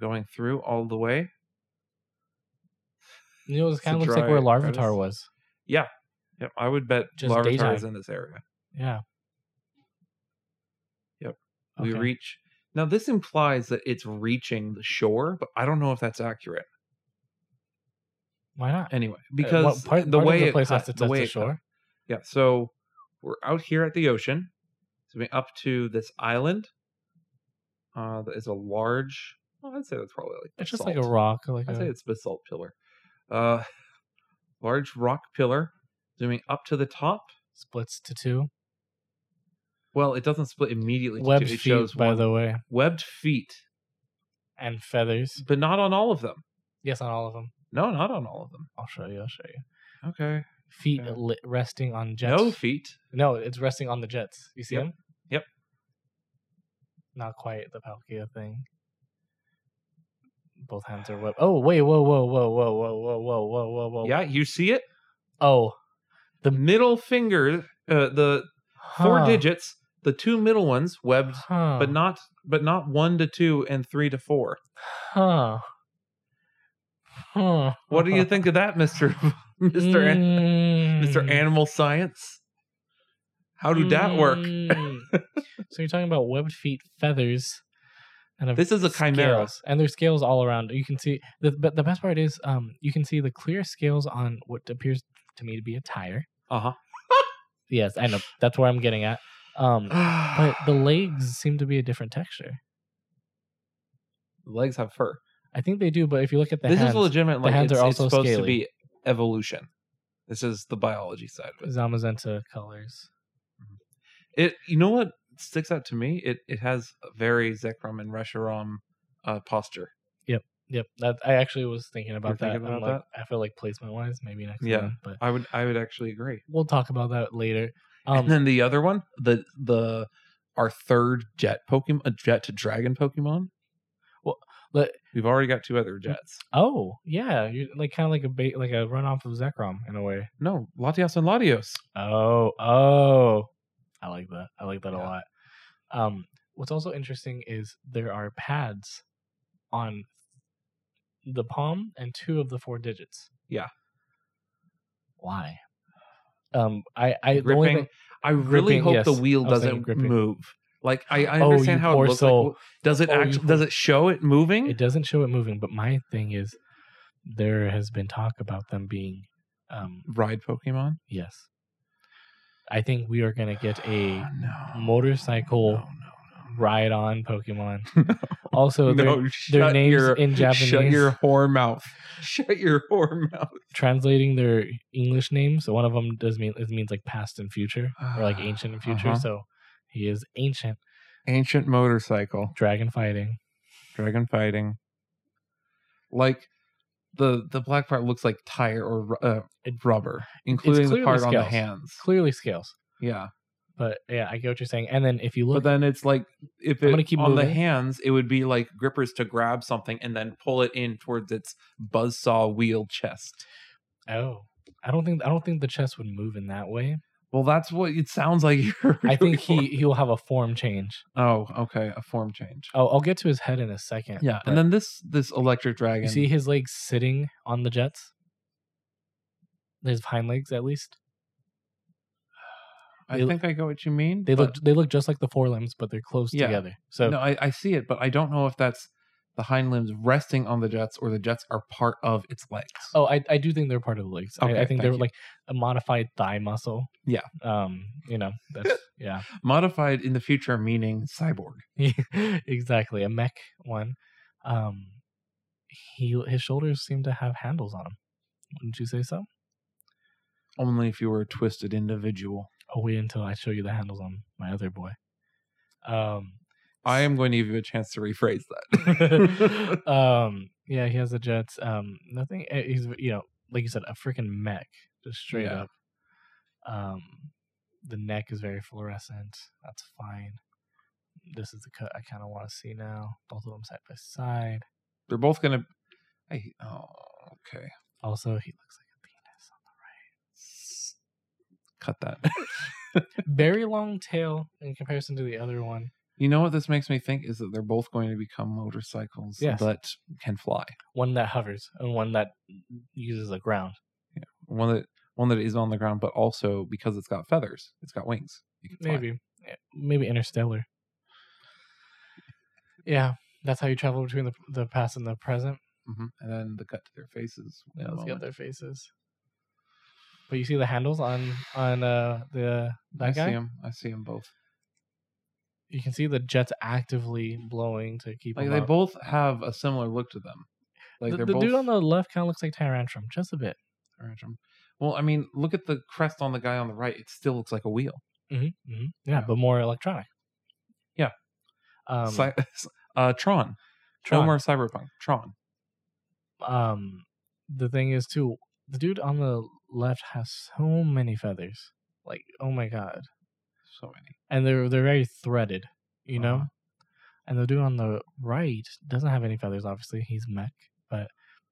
Going through all the way You know, it It's kind a of looks like where dry Larvitar crevice. was. Yep, I would bet Just Larvitar daytime. is in this area. Yeah. Yep. Okay. We reach now. This implies that it's reaching the shore, but I don't know if that's accurate. Why not? Anyway, Uh, because what part, the part way of the it place cut, has to the touch way the it cut. shore. yeah, so we're out here at the ocean, so we up to this island. Uh, that is a large. Well, I'd say that's probably like It's just like a basalt. rock. Like I'd a- say it's basalt pillar. Uh, large rock pillar, zooming up to the top. splits to two. Well, it doesn't split immediately. to two. Webbed It feet, shows by one- the way, webbed feet, and feathers. but not on all of them. Yes, on all of them. No, not on all of them. I'll show you. I'll show you. Okay. Feet Okay. li- resting on jets. No feet. No, it's resting on the jets. You see Yep. them? Yep. Not quite the Palkia thing. Both hands are webbed. Oh, wait, whoa, whoa, whoa, whoa, whoa, whoa, whoa, whoa, whoa, whoa. Yeah, you see it. Oh, The middle finger, uh, the four huh, digits, the two middle ones webbed, huh. but not but not one to two and three to four. Huh. Huh. What do you Uh-huh. think of that, Mister Mister An- Mister Mm. Animal Science? How did that work? Mm. so you're talking about webbed feet, feathers, and a This is a chimera. Scales. And there's scales all around. You can see the but the best part is um you can see the clear scales on what appears to me to be a tire. Uh Yes, I know. That's where I'm getting at. Um huh. but the legs seem to be a different texture. The legs have fur. I think they do, but if you look at the this hands, is legitimate. Like hands it's, are it's also supposed to scaly. be evolution. This is the biology side of it. Zamazenta colors. It. You know what sticks out to me? It. It has a very Zekrom and Reshiram uh, posture. Yep, that I actually was thinking about that. thinking I'm about like, I feel like placement wise, maybe next Yeah. time, but I would. I would actually agree. we'll talk about that later. Um, and then the other one, the the our third jet Pokemon, a jet to dragon Pokemon. Well, let- we've already got two other jets. Oh, yeah, you're like kind of like a ba- like a runoff of Zekrom in a way. No, Latios and Latios. Oh, oh, I like that. I like that a Yeah. lot. Um, what's also interesting is there are pads on the palm and two of the four digits. Yeah. Why? Um, I I the only Gripping. thing, I really Gripping, hope the yes. wheel I was thinking doesn't gripping. move. Like I, I Oh, understand you how poor it looks. Like, soul. does it Oh, you actually? poor- Does it show it moving? it doesn't show it moving, but my thing is there has been talk about them being um Ride Pokemon. yes. I think we are gonna get a Oh, no. motorcycle No, ride on Pokemon. no, no. Also, their, no, their shut names your, in Japanese, Shut your whore mouth. Shut your whore mouth. translating their English names. So one of them does mean it means like past and future, or like ancient and future. Uh-huh. So he is ancient Ancient motorcycle. dragon fighting. dragon fighting. Like the the black part looks like tire or ru- uh, It- rubber, including the clearly part on the scales. hands. Clearly scales, Yeah, but yeah, I get what you're saying. And then if you but look, then it's like if I'm it gonna keep on the moving. hands, it would be like grippers to grab something and then pull it in towards its buzzsaw wheel chest. oh, I don't think I don't think the chest would move in that way. Well, that's what it sounds like. You're I think doing. he he will have a form change. Oh, okay, a form change. Oh, I'll get to his head in a second. Yeah, but and then this this electric dragon. you see his legs sitting on the jets. His hind legs, at least. I they- think I get what you mean. They but- look they look just like the forelimbs, but they're close Yeah. together. So no, I, I see it, but I don't know if that's the hind limbs resting on the jets or the jets are part of its legs. oh, I I do think they're part of the legs. I- I, Okay, think thank they're you. like a modified thigh muscle. Yeah. Um. You know. That's yeah. Modified in the future meaning cyborg. exactly. A mech one. Um. He his shoulders seem to have handles on them. Wouldn't you say so? Only if you were a twisted individual. Oh, wait until I show you the handles on my other boy. Um. I am going to give you a chance to rephrase that. um yeah he has the jets um nothing eh, he's you know like you said a freaking mech just straight Yeah. up um the neck is very fluorescent that's fine this is the cut i kind of want to see now both of them side by side They're both going to. I hate- Oh, okay. also he looks like Cut that. a penis very long tail in comparison to the other one you know what this makes me think is that they're both going to become motorcycles Yes. that can fly. one that hovers and one that uses the ground One that one that is on the ground, but also because it's got feathers, it's got wings. It can fly. Maybe. Yeah, Maybe interstellar. Yeah, that's how you travel between the, the past and the present. Mhm. And then the cut to their faces. in Yeah, a let's moment. get their faces. But you see the handles on on uh, the that I guy. see him. I see them both. You can see the jets actively blowing to keep. Like 'em they up. both have a similar look to them. Like the, they're the both. dude on the left kind of looks like Tyrantrum, just a bit. Well, I mean, look at the crest on the guy on the right. It still looks like a wheel. Mm-hmm, mm-hmm. Yeah, Yeah. but more electronic. Yeah. Um, Cy- uh, Tron. No Tron. more cyberpunk. Tron. um the thing is too the dude on the left has so many feathers like oh my god So many. and they're they're very threaded you know Uh-huh. and the dude on the right doesn't have any feathers obviously he's mech but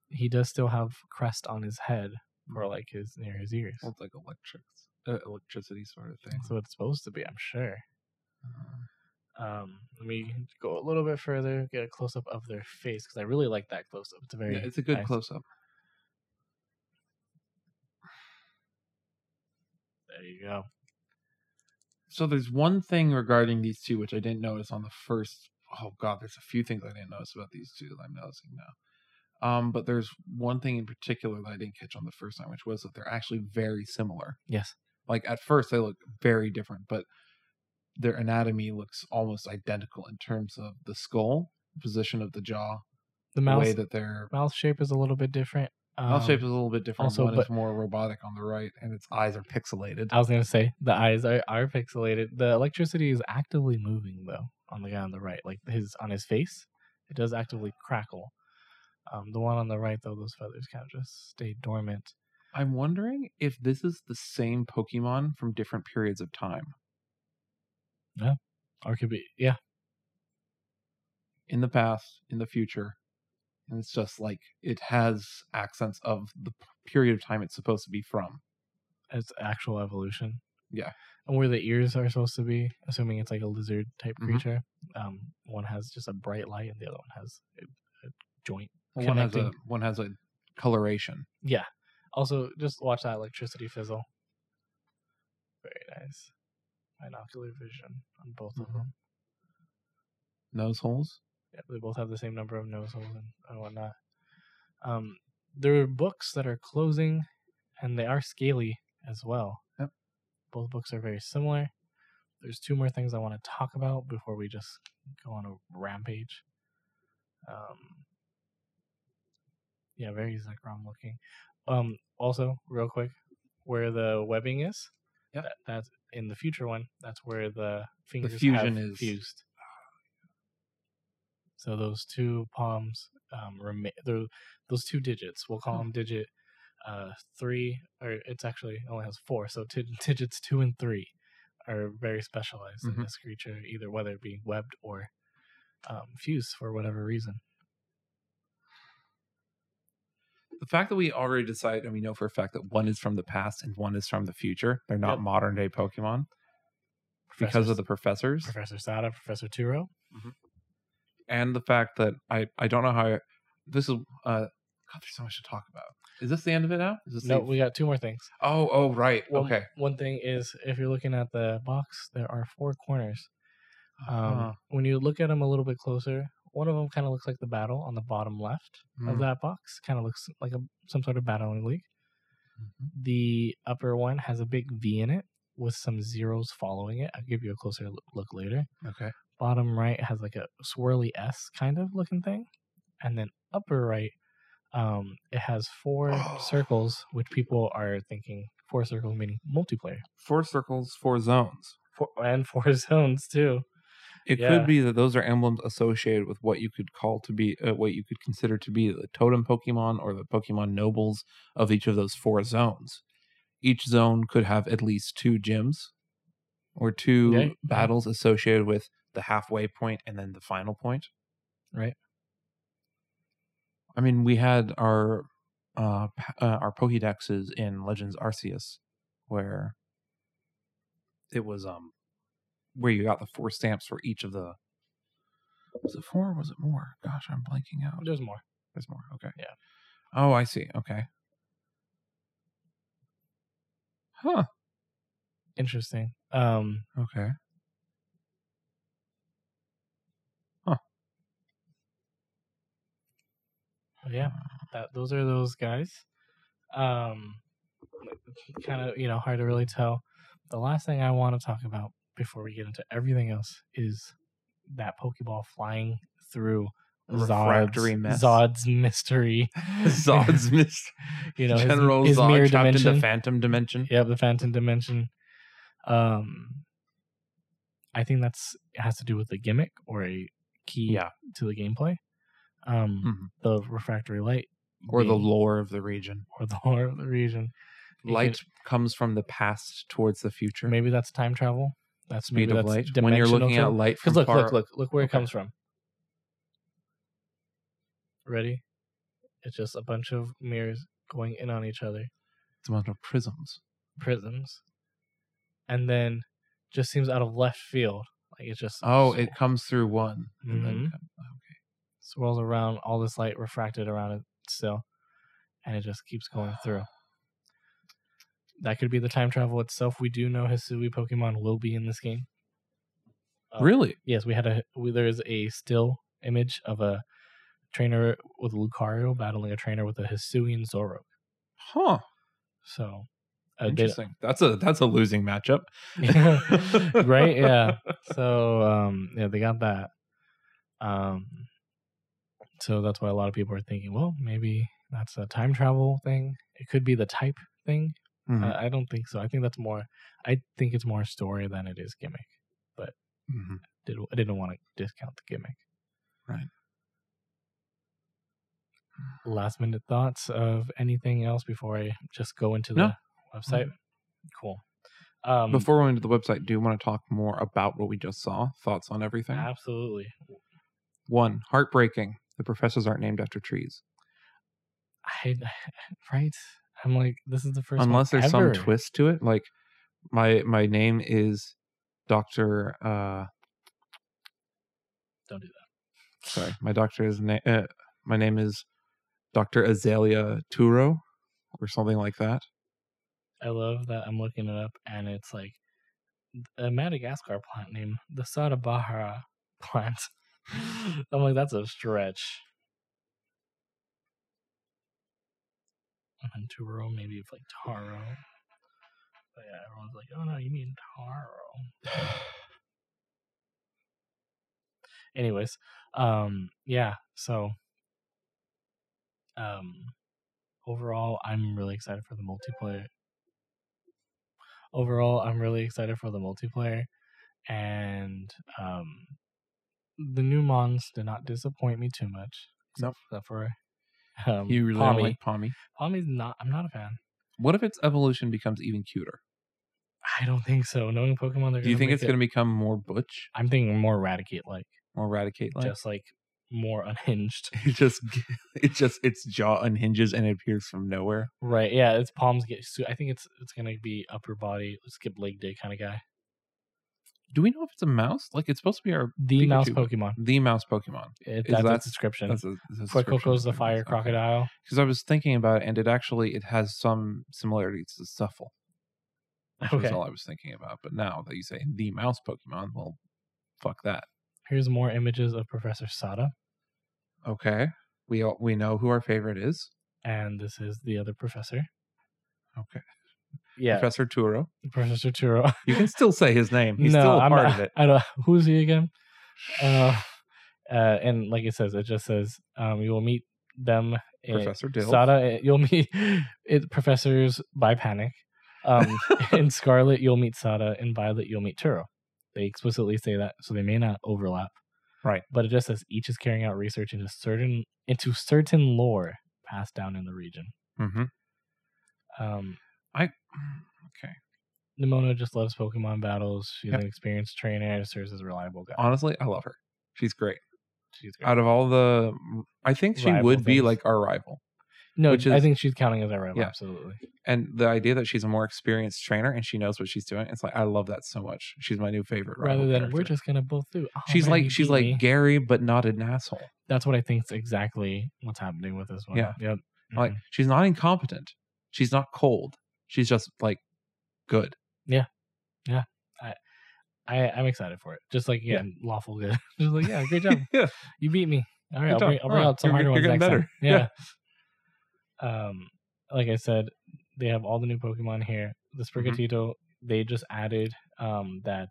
he does still have crest on his head Mm. or like his near his ears Well, it's like electric, uh, electricity sort of thing. that's what it's supposed to be i'm sure Uh, um let me go a little bit further get a close-up of their face because i really like that close-up it's a very yeah, it's a good nice- close up. There you go. So there's one thing regarding these two which I didn't notice on the first. Oh God, there's a few things I didn't notice about these two that I'm noticing now. Um, but there's one thing in particular that I didn't catch on the first time, which was that they're actually very similar. Yes. Like at first they look very different, but their anatomy looks almost identical in terms of the skull position of the jaw, The the mouse way that their mouth shape is a little bit different. mouth Um, shape is a little bit different. also, One is but- more robotic on the right, and its eyes are pixelated. I was gonna say the eyes are, are pixelated. The electricity is actively moving though on the guy on the right, like his on his face, it does actively crackle. Um, the one on the right though, those feathers kind of just stay dormant. I'm wondering if this is the same Pokemon from different periods of time. Or could be, yeah, in the past, in the future. And it's just like it has accents of the p- period of time it's supposed to be from. it's actual evolution. Yeah. and where the ears are supposed to be, assuming it's like a lizard type Mhm. creature. Um, one has just a bright light, and the other one has a, a joint. Well, one has a Connecting. one has a coloration. Yeah. Also, just watch that electricity fizzle. Very nice. Binocular vision on both of Mhm. them. Nose holes. Yeah, they both have the same number of nose holes and, and whatnot. Um, there are books that are closing, and they are scaly as well. Yep. Both books are very similar. There's two more things I want to talk about before we just go on a rampage. Um, yeah, very Zekrom looking. Um, also, real quick, where the webbing is, Yep. that, that's in the future one. That's where the fingers fusion have is- fused. So those two palms um, remain. Those two digits, we'll call Hmm. them digit uh, three, or it's actually only has four. So t- digits two and three are very specialized in Mhm. this creature, either whether it be webbed or um, fused for whatever reason. The fact that we already decided and we know for a fact that one is from the past and one is from the future. They're not Yep. modern day Pokemon because of the professors. Professor Sada, Professor Turo. And the fact that I, I don't know how I, this is uh God, there's so much to talk about. Is this the end of it now? Is this No, the, we got two more things. Oh, oh right. One, okay. One thing is, if you're looking at the box, there are four corners. Um, Uh-huh. Uh, When you look at them a little bit closer, one of them kind of looks like the battle on the bottom left of Mm. that box. Kind of looks like a, some sort of battling league. mhm. The upper one has a big V in it with some zeros following it. I'll give you a closer l- look later. Okay. Bottom right has like a swirly S kind of looking thing, and then upper right, um, it has four Oh. circles, which people are thinking four circles meaning multiplayer, Four circles, four zones. four, and four zones too. It Yeah. could be that those are emblems associated with what you could call to be, uh, what you could consider to be the totem Pokemon or the Pokemon nobles of each of those four zones. Each zone could have at least two gyms or two Yeah, yeah. battles associated with the halfway point and then the final point. Right. I mean, we had our uh, p- uh our Pokédexes in Legends Arceus, where it was um where you got the four stamps for each of the was it four or was it more? Gosh, I'm blanking out. Oh, There's more. There's more. Okay. Yeah. Oh, I see. Okay. Huh. Interesting. Um, Okay. but yeah, that those are those guys. Um, kind of you know hard to really tell. The last thing I want to talk about before we get into everything else is that Pokeball flying through Refractory Zod's, mess. Zod's mystery. Zod's missed. You know, his- General his Zod mirror trapped in dimension. the Phantom Dimension. Yep, the Phantom Dimension. Um, I think that's it has to do with the gimmick or a key Yeah. to the gameplay. Um, Mhm. the refractory light Or the being- lore of the region. or the lore of the region. You Light comes from the past towards the future. can- maybe that's time travel. That's Speed maybe of that's light. When you're looking at light from because look, far, look, look, look where it Okay. comes from. Ready? It's just a bunch of mirrors going in on each other, it's a bunch of prisms. prisms, and then just seems out of left field. Like it's just Oh, sw- it comes through one. and then Mhm. come- swirls around all this light refracted around it still, and it just keeps going through. that could be the time travel itself. We do know Hisui Pokemon will be in this game. Uh, really? Yes, we had a we, there is a still image of a trainer with Lucario battling a trainer with a Hisuian Zoro. Huh. So, uh, they- Interesting. That's a that's a losing matchup. right? Yeah. So um yeah, they got that. Um so that's why a lot of people are thinking, well, maybe that's a time travel thing. It could be the type thing. Mhm. Uh, I don't think so. I think that's more I think it's more story than it is gimmick. Mhm. Did I didn't want to discount the gimmick. Right. Last minute thoughts of anything else before I just go into the No. Mm-hmm. website? Cool. Um Before we went to the website, do you want to talk more about what we just saw? Thoughts on everything? absolutely. One, heartbreaking. The professors aren't named after trees. I right. I'm like, this is the first one Unless there's ever. some twist to it. Like my my name is Dr. uh Don't do that. sorry, my doctor is na- uh, my name is Dr. Azalea Turo or something like that. I love that I'm looking it up and it's like a Madagascar plant name, the Sadabahara plant. I'm like, that's a stretch. And then Turo, maybe it's like Taro. But yeah, everyone's like, oh no, you mean Taro. anyways um yeah so um overall i'm really excited for the multiplayer overall i'm really excited for the multiplayer and um the new mons did not disappoint me too much Nope. except for um You really Pommy. don't like Pommy. Pommy's not i'm not a fan What if its evolution becomes even cuter? i don't think so knowing pokemon they're Do you gonna think make it's it- going to become more butch, i'm thinking more eradicate like more eradicate like? just like more unhinged It just it just its jaw unhinges and it appears from nowhere. Right. Yeah. Its palms get. su- I think it's it's gonna be upper body skip leg day kind of guy. Do we know if it's a mouse? Like it's supposed to be our The Pikachu, mouse but- Pokemon. the mouse Pokemon. It, Is that's that- its description. That's a, that's a For Coco's the fire crocodile. Because I was thinking about it, and it actually it has some similarities to Stuffle. That's Okay. all I was thinking about. But now that you say the mouse Pokemon, well, fuck that. Here's more images of Professor Sada, Okay, we all, we know who our favorite is. and this is the other professor. Okay, Yeah, Professor Turo. Professor Turo. You can still say his name. He's no, still a I'm part not, of it. I don't. Who's he again? Uh, uh, and like it says, it just says um, you will meet them. in- Professor Dill. Sada, eh, you'll meet it, professors by panic. Um, in Scarlet, you'll meet Sada. In Violet, you'll meet Turo. They explicitly say that, so they may not overlap. Right. But it just says each is carrying out research into certain into certain lore passed down in the region. hmm Um, I okay. Nimona just loves Pokemon battles. She's Yep. an experienced trainer. Serves as a reliable guide. Honestly, I love her. She's great. She's great. Out of all the, mm, I think she Rival would be things. like our rival. No, which I is- think she's counting as a rival. Yeah. Absolutely. And the idea that she's a more experienced trainer and she knows what she's doing, it's like I love that so much. She's my new favorite. Rather rival than character. we're just gonna both do. Oh, she's man, you like she's beat like me. Gary, but not an asshole. that's what I think is exactly what's happening with this one. Yeah. Yep. Like Mhm. she's not incompetent. She's not cold. She's just like good. I, I'm excited for it. Just like yeah, Yeah. lawful good. Just like yeah, great job. Yeah. You beat me. All right, Good I'll bring, job. I'll bring All out some right, harder you're- ones you're next getting time. Yeah. um, like I said, they have all the new Pokemon here. The Mm-hmm. Sprigatito, they just added um that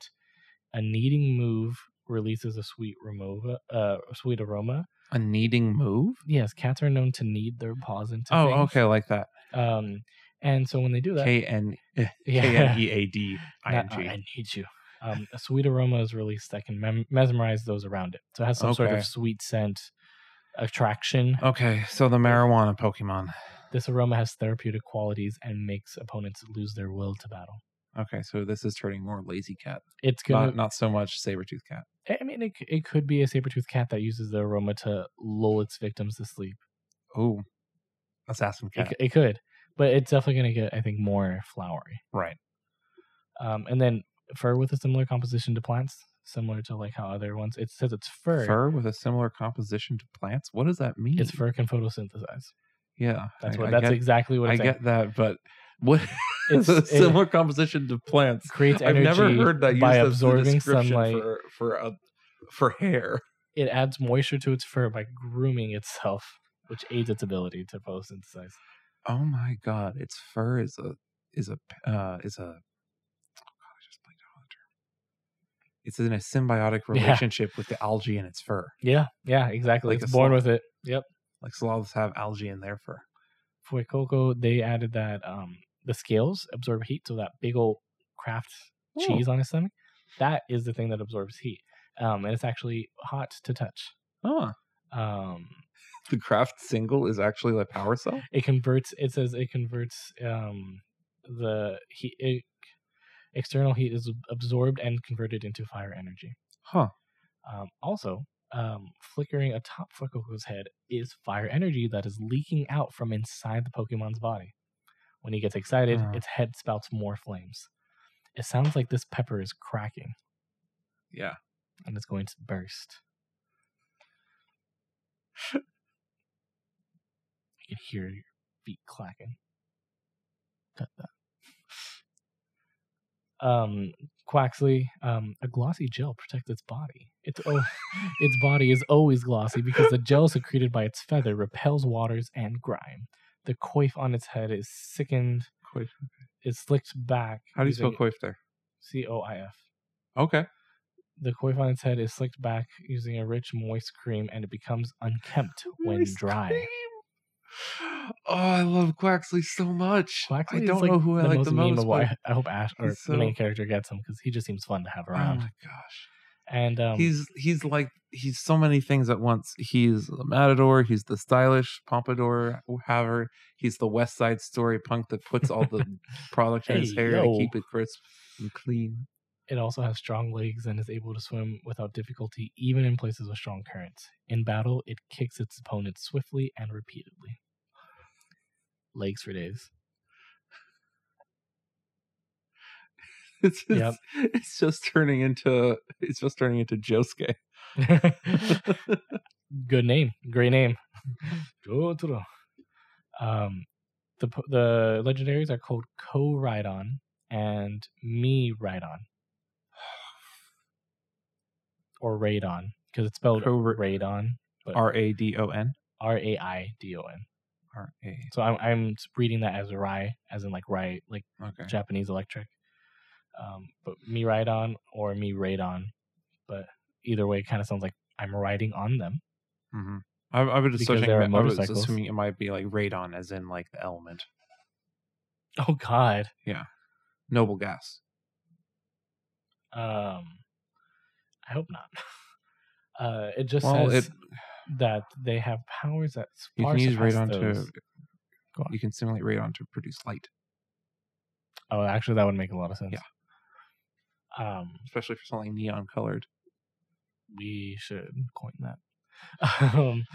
a kneading move releases a sweet remova uh sweet aroma. A needing move. Yes, cats are known to knead their paws into Oh, things. okay, I like that. Um, and so when they do that, K N K yeah. N E A D I Not, N "Oh, I G. need you. Um, a sweet aroma is released that can mem- mesmerize those around it. So it has some sort Okay. of sweet scent attraction. Okay, so the marijuana Pokemon. This aroma has therapeutic qualities and makes opponents lose their will to battle. Okay, so this is turning more lazy cat. It's gonna. Not, not so much saber-tooth cat. I mean, it, c- it could be a saber-toothed cat that uses the aroma to lull its victims to sleep. Oh, assassin It cat. c It, could, but it's definitely gonna get, I think, more flowery. right. Um, and then fur with a similar composition to plants, similar to like how other ones. It says it's fur. Fur with a similar composition to plants. What does that mean? Its fur can photosynthesize. Yeah, That's I- what. I that's get, exactly what. I It's saying. get that, but what It's, a it similar composition to plants. creates I've energy never heard that used by as the absorbing description sunlight. for for uh, for hair. It adds moisture to its fur by grooming itself, which aids its ability to photosynthesize. Oh my god, its fur is a is a uh, is a. oh God, I just blanked out on the term. It's in a symbiotic Yeah. relationship with the algae in its fur. Yeah, yeah, exactly. Like it's a born sloth. with it. Yep. Like sloths have algae in their fur. For cocoa, they added that um the scales absorb heat, so that big old craft cheese on his stomach, that is the thing that absorbs heat. Um, and it's actually hot to touch. Oh, Um, the craft single is actually a power cell. it converts it says it converts um the heat it, external heat is absorbed and converted into fire energy Huh. um also um flickering atop Fuecoco's head is fire energy that is leaking out from inside the pokemon's body when he gets excited Oh. its head spouts more flames it sounds like this pepper is cracking Yeah. and it's going to burst you can hear your feet clacking. Cut that. Um, Quaxley, um, a glossy gel protects its body. Its o- its body is always glossy because the gel secreted by its feather repels waters and grime. The coif on its head is sickened. Coif. It's slicked back. How do you spell coif there? C O I F. Okay. The coif on its head is slicked back using a rich, moist cream, and it becomes unkempt when Moist dry. cream. Oh, I love Quaxley so much. Quaxley I is, don't like, know who I like the most. memeable. but- I, I hope Ash or he's the so- main character gets him because he just seems fun to have Oh around. my gosh. and um, he's he's like he's so many things at once. He's the matador. He's the stylish pompadour haver. He's the West Side Story punk that puts all the product in his Hey, hair yo. to keep it crisp and clean. it also has strong legs and is able to swim without difficulty, even in places with strong currents. In battle, it kicks its opponent swiftly and repeatedly. Legs for days. It's just, Yep. it's just turning into it's just turning into Josuke. Good name, great name. Jotaro. um, the po- the legendaries are called Ko Rhydon and Me Rhydon, or Radon because it's spelled Co- Radon, R A D O N. R A I D O N. R A. So I'm I'm reading that as Rai, as in like Rai, like Okay. Japanese electric. Um, but me ride on or me raid on, but either way, it kind of sounds like I'm riding on them. hmm I, I was Because assuming they're that- I was motorcycles. assuming it might be like radon, as in like the element, Oh God. noble gas. Um, I hope not. Uh, it just Well, says it that they have powers that you far can use surpass radon those. to Go on. you can simulate radon to produce light, Oh, actually, that would make a lot of sense. Yeah. Um, especially for something neon colored. we should coin that. um,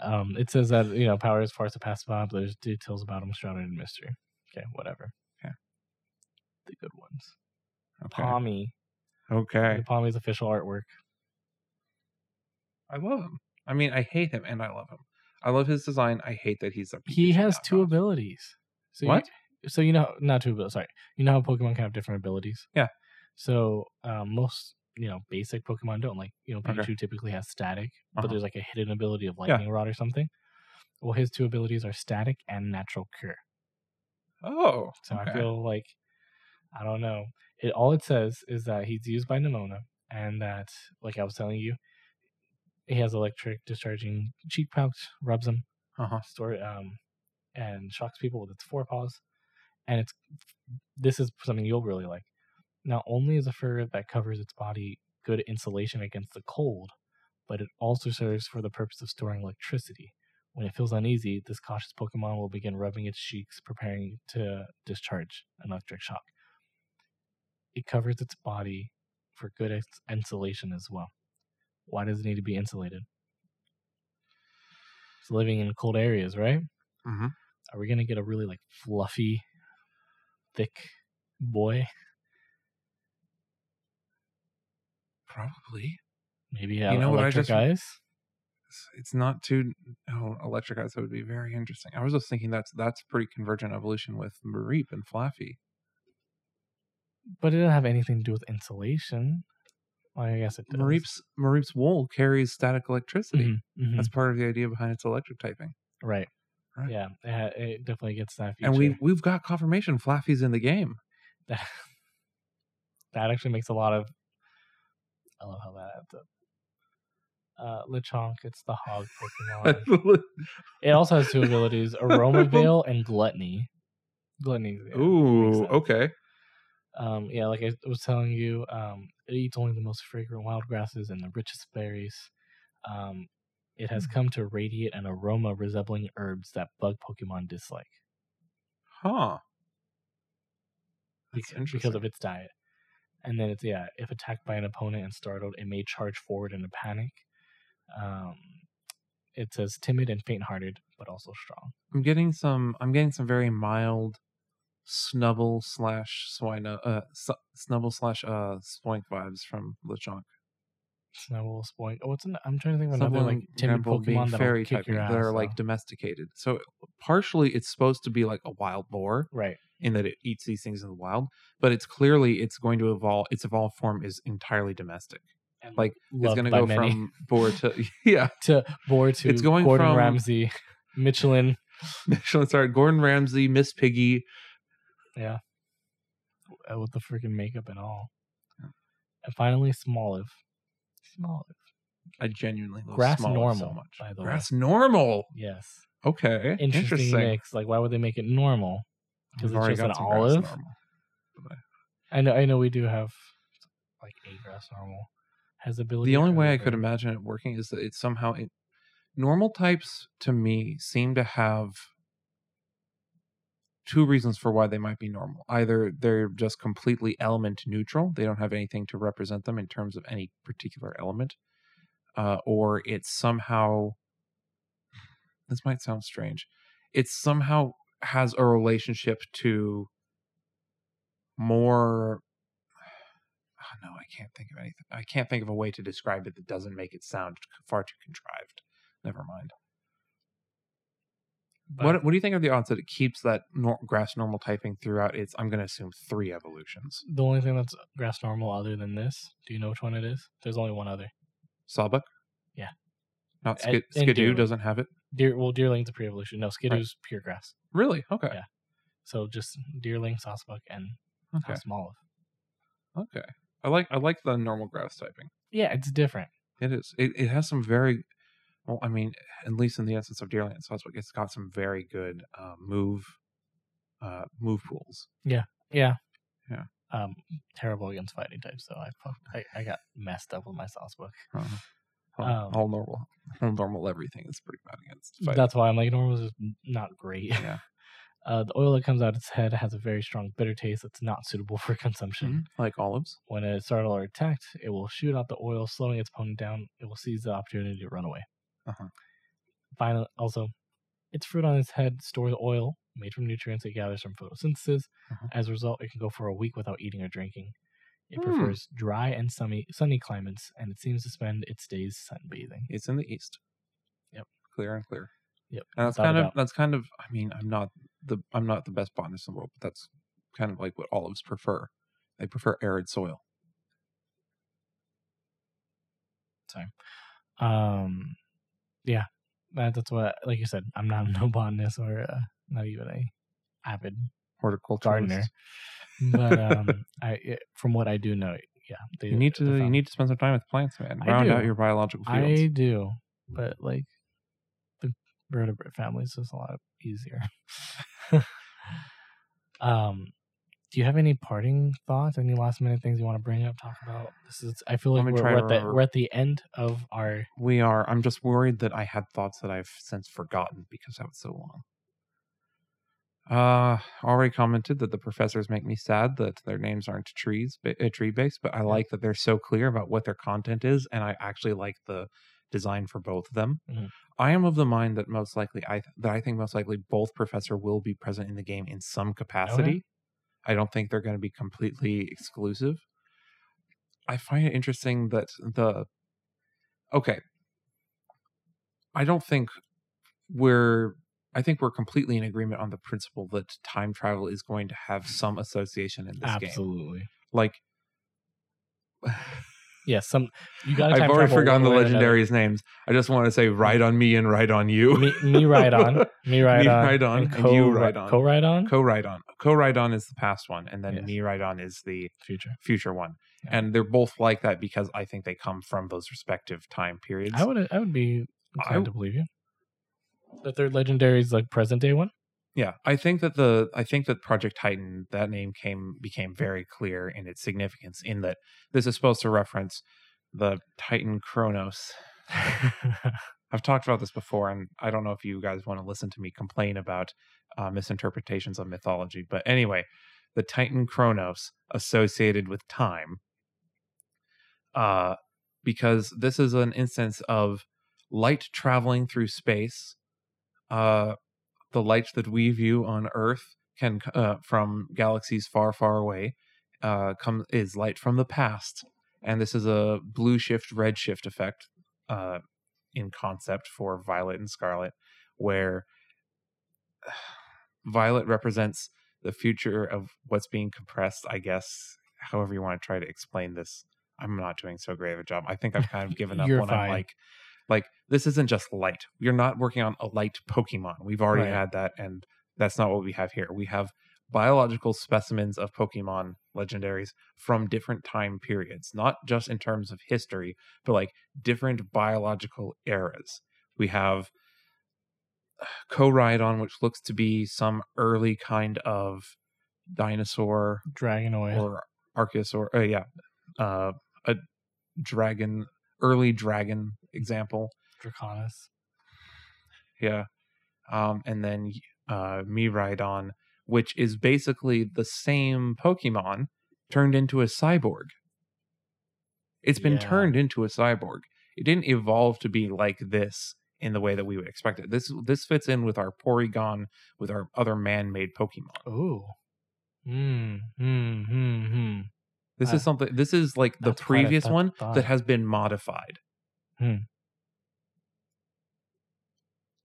um, it says that you know power is far surpassed by, but there's details about them shrouded in mystery. Okay, whatever. Okay. the good ones. Okay. Palmy, okay. the Palmy's official artwork. I love him. I mean, I hate him and I love him. I love his design. I hate that he's a. He Pikachu has knockoff. two abilities. So What? You, so you know, not two abilities. Sorry, you know how Pokemon can have different abilities. Yeah. So um, most you know basic Pokemon don't like you know Okay. Pikachu typically has static, Uh-huh. but there's like a hidden ability of Yeah. lightning rod or something. Well, his two abilities are static and natural cure. Oh, So I okay. feel like I don't know. It all it says is that he's used by pneumonia and that like I was telling you, he has electric discharging cheek pouch, rubs them, Uh-huh. store um and shocks people with its forepaws. And it's this is something you'll really like. Not only is a fur that covers its body good insulation against the cold, but it also serves for the purpose of storing electricity. When it feels uneasy, this cautious Pokemon will begin rubbing its cheeks, preparing to discharge an electric shock. It covers its body for good ins- insulation as well. Why does it need to be insulated? It's living in cold areas, right? Mhm. Are we gonna get a really like fluffy, thick boy? Probably. Maybe you know what I electric just- eyes. it's not too oh electric eyes that would be very interesting i was just thinking that's that's pretty convergent evolution with mareep and fluffy But it doesn't have anything to do with insulation. Well, I guess it does. mareep's mareep's wool carries static electricity Mhm, mhm. that's part of the idea behind its electric typing Right. Right. Yeah, it, ha- it definitely gets that feature. and we we've got confirmation fluffy's in the game that, that actually makes a lot of. I love how that adds up. Uh, Lechonk, it's the hog Pokemon. it also has two abilities: Aroma Veil and Gluttony. Gluttony. yeah, makes ooh sense. okay Um, yeah, like I was telling you, um, it eats only the most fragrant wild grasses and the richest berries. Um, it Hmm. has come to radiate an aroma resembling herbs that bug Pokemon dislike huh because, because of its diet. And then it's yeah, if attacked by an opponent and startled, it may charge forward in a panic. Um, it says timid and faint-hearted, but also strong. I'm getting some. I'm getting some very mild snubble slash swine uh s- snubble slash uh spoink vibes from Lechonk. Snowball spoink. Oh, what's an, I'm trying to think of another like timid example Pokemon that will kick your ass. that are like though. domesticated. So partially, it's supposed to be like a wild boar right. in that it eats these things in the wild, but it's clearly it's going to evolve. Its evolved form is entirely domestic. And Like it's loved going to by go many. from boar to yeah. to Boar to It's going Gordon from- Ramsay, Michelin. Michelin star Gordon Ramsay, Miss Piggy, Yeah. Uh, With the freaking makeup and all. And finally, Smoliv. Smoliv. I genuinely love Grass Smoliv so normal, much. by the way. Grass normal. Yes. Okay, Interesting, mix. Like, why would they make it normal? Because it's We've already just an got some grass olive. normal. I know. I know we do have like a grass normal has ability. The only or way I whatever. could imagine it working is that it somehow it, normal types to me seem to have two reasons for why they might be normal. Either they're just completely element neutral; they don't have anything to represent them in terms of any particular element, uh, or it's somehow. This might sound strange. It somehow has a relationship to more oh, no, I can't think of anything. I can't think of a way to describe it that doesn't make it sound c- far too contrived. Never mind. But- what What do you think of the odds that it keeps that nor- grass normal typing throughout its? I'm going to assume three evolutions. The only thing that's grass normal other than this. Do you know which one it is? There's only one other. Sawbuck. Yeah. Not And- Skid- and Skidoo Deerling. doesn't have it. Deer. Well, Deerling's a pre-evolution. No, Skidoo's pure grass. Really? Okay. Yeah. So just Deerling, Sasbuck, and Okay. Smoliv. Okay. I like I like the normal grass typing. Yeah, it's different. It is. It, it has some very, well, I mean, at least in the essence of Deerland Suspect, it's got some very good uh, move, uh, move pools. Yeah. Yeah. Um, terrible against fighting types, so I fucked- I, I got messed up with my Sasbuck. Uh-huh. All, Um, all normal, all normal everything is pretty bad against. Fighting. That's why I'm like normal is not great. Yeah. Uh, the oil that comes out its head has a very strong bitter taste that's not suitable for consumption. Mhm. Like olives. When it is startled or attacked, it will shoot out the oil, slowing its opponent down. It will seize the opportunity to run away. Uh-huh. Finally, also, its fruit on its head stores oil made from nutrients it gathers from photosynthesis. Uh-huh. As a result, it can go for a week without eating or drinking. It Hmm. prefers dry and sunny, sunny climates, and it seems to spend its days sunbathing. It's in the east. Yep. Clear and clear. Yep, And that's without a kind of doubt. that's kind of. I mean, I'm not the I'm not the best botanist in the world, but that's kind of like what olives prefer. They prefer arid soil. Um, yeah, that, that's what, like you said, I'm not no botanist or uh, not even a avid Horticulture gardener, but um, I, it, from what I do know, yeah, they, You need to they you found- need to spend some time with plants, man. I Round do. out your biological fields. I do, but like the vertebrate families is a lot easier. um, do you have any parting thoughts? Any last minute things you want to bring up? Talk about this is. I feel Let like me we're, try we're to at the remember. we're at the end of our. We are. I'm just worried that I had thoughts that I've since forgotten because that was so long. Uh, already commented that the professors make me sad that their names aren't trees, ba- uh, tree based, but I like that they're so clear about what their content is, and I actually like the design for both of them. Mhm. I am of the mind that most likely, I th- that I think most likely both professor will be present in the game in some capacity. I don't think they're going to be completely exclusive. I find it interesting that the okay I don't think we're I think we're completely in agreement on the principle that time travel is going to have some association in this game. Absolutely. Like Yeah, some you got. I've already forgotten the legendaries' names. I just want to say ride on me and ride on you. Me, me ride on. Me ride Me on. ride on, and co- you ride on. Co ride on. Co ride on. Co ride on is the past one, and then Yes. me ride on is the Future. future one. Yeah. And they're both like that because I think they come from those respective time periods. I would. I would be inclined I- to believe you. The third legendary is like present day one. yeah i think that the i think that project titan that name came became very clear in its significance in that this is supposed to reference the titan kronos i've talked about this before and i don't know if you guys want to listen to me complain about uh, misinterpretations of mythology but anyway the titan kronos associated with time uh because this is an instance of light traveling through space uh the light that we view on Earth can uh, from galaxies far, far away uh, come is light from the past, and this is a blue shift, red shift effect uh, in concept for Violet and Scarlet, where Violet represents the future of what's being compressed. I guess, however you want to try to explain this, I'm not doing so great of a job. I think I've kind of given up You're when I'm fine. like. Like this isn't just light. You're not working on a light Pokemon. We've already Right. had that, and that's not what we have here. We have biological specimens of Pokemon legendaries from different time periods, not just in terms of history, but like different biological eras. We have Koraidon, which looks to be some early kind of dinosaur Dragonoid. or Archaeosaur. Uh, yeah, uh, a dragon, early dragon example. Draconis. Yeah. Um, and then uh, Miraidon, which is basically the same Pokemon turned into a cyborg. It's been Yeah. turned into a cyborg. It didn't evolve to be like this in the way that we would expect it. This this fits in with our Porygon, with our other man-made Pokemon. Ooh. Hmm. Hmm. Hmm. Hmm. This Uh, is something. This is like the that's quite a previous tough one thought. that has been modified.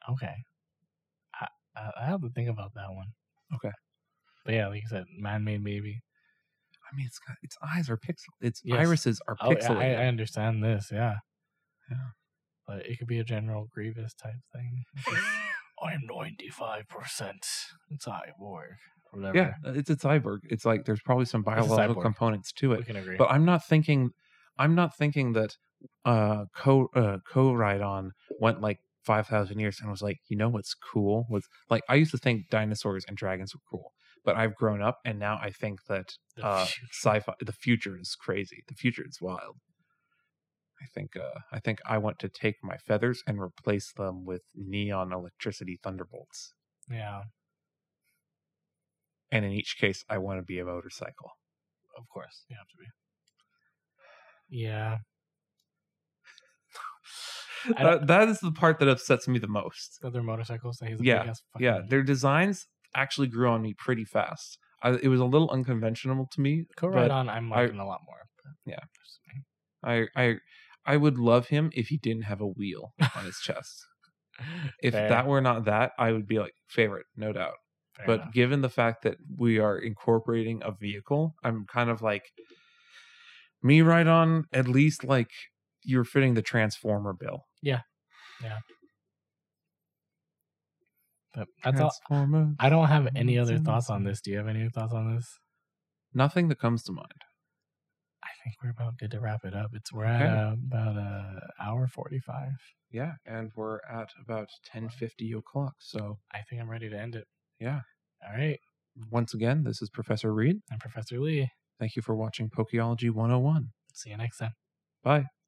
Okay. I, I, I have to think about that one. Okay. But yeah, like you said, man-made maybe. I mean, it's got its eyes are pixel. Its Yes. irises are Oh, yeah, I, pixelated. I understand this. Yeah. Yeah. But it could be a General Grievous type thing. I'm 95 percent cyborg. or Whatever. yeah, uh, it's a cyborg. It's like there's probably some a biological cyborg. components to it. we can agree. but I'm not thinking I'm not thinking that uh co uh co on went like five thousand years and was like, you know what's cool? What's like I used to think dinosaurs and dragons were cool, but I've grown up and now I think that The uh future. sci-fi the future is crazy. The future is wild. I think uh I think I want to take my feathers and replace them with neon electricity thunderbolts. yeah, And in each case I want to be a motorcycle. of course you have to be. Yeah. I don't- That, that is the part that upsets me the most. Other motorcycles. that he's a Yeah, big-ass fucking- yeah their designs actually grew on me pretty fast I, it was a little unconventional to me but Co-Ride-On, I'm I- liking a lot more. but Yeah. just me. i i i would love him if he didn't have a wheel on his chest if Fair, that were not that i would be like favorite no doubt fair but enough. given the fact that we are incorporating a vehicle i'm kind of like me right on at least like you're fitting the transformer bill But that's all. transformer I don't Mm, have any other thoughts on this. Do you have any thoughts on this? nothing that comes to mind I think we're about good to wrap it up. It's we're at Okay. uh, about uh hour forty five. yeah and we're at about 10.50 o'clock so I think I'm ready to end it. Yeah. All right. once again this is professor reed I'm Professor Lee. Thank you for watching Pokeology 101. See you next time. Bye.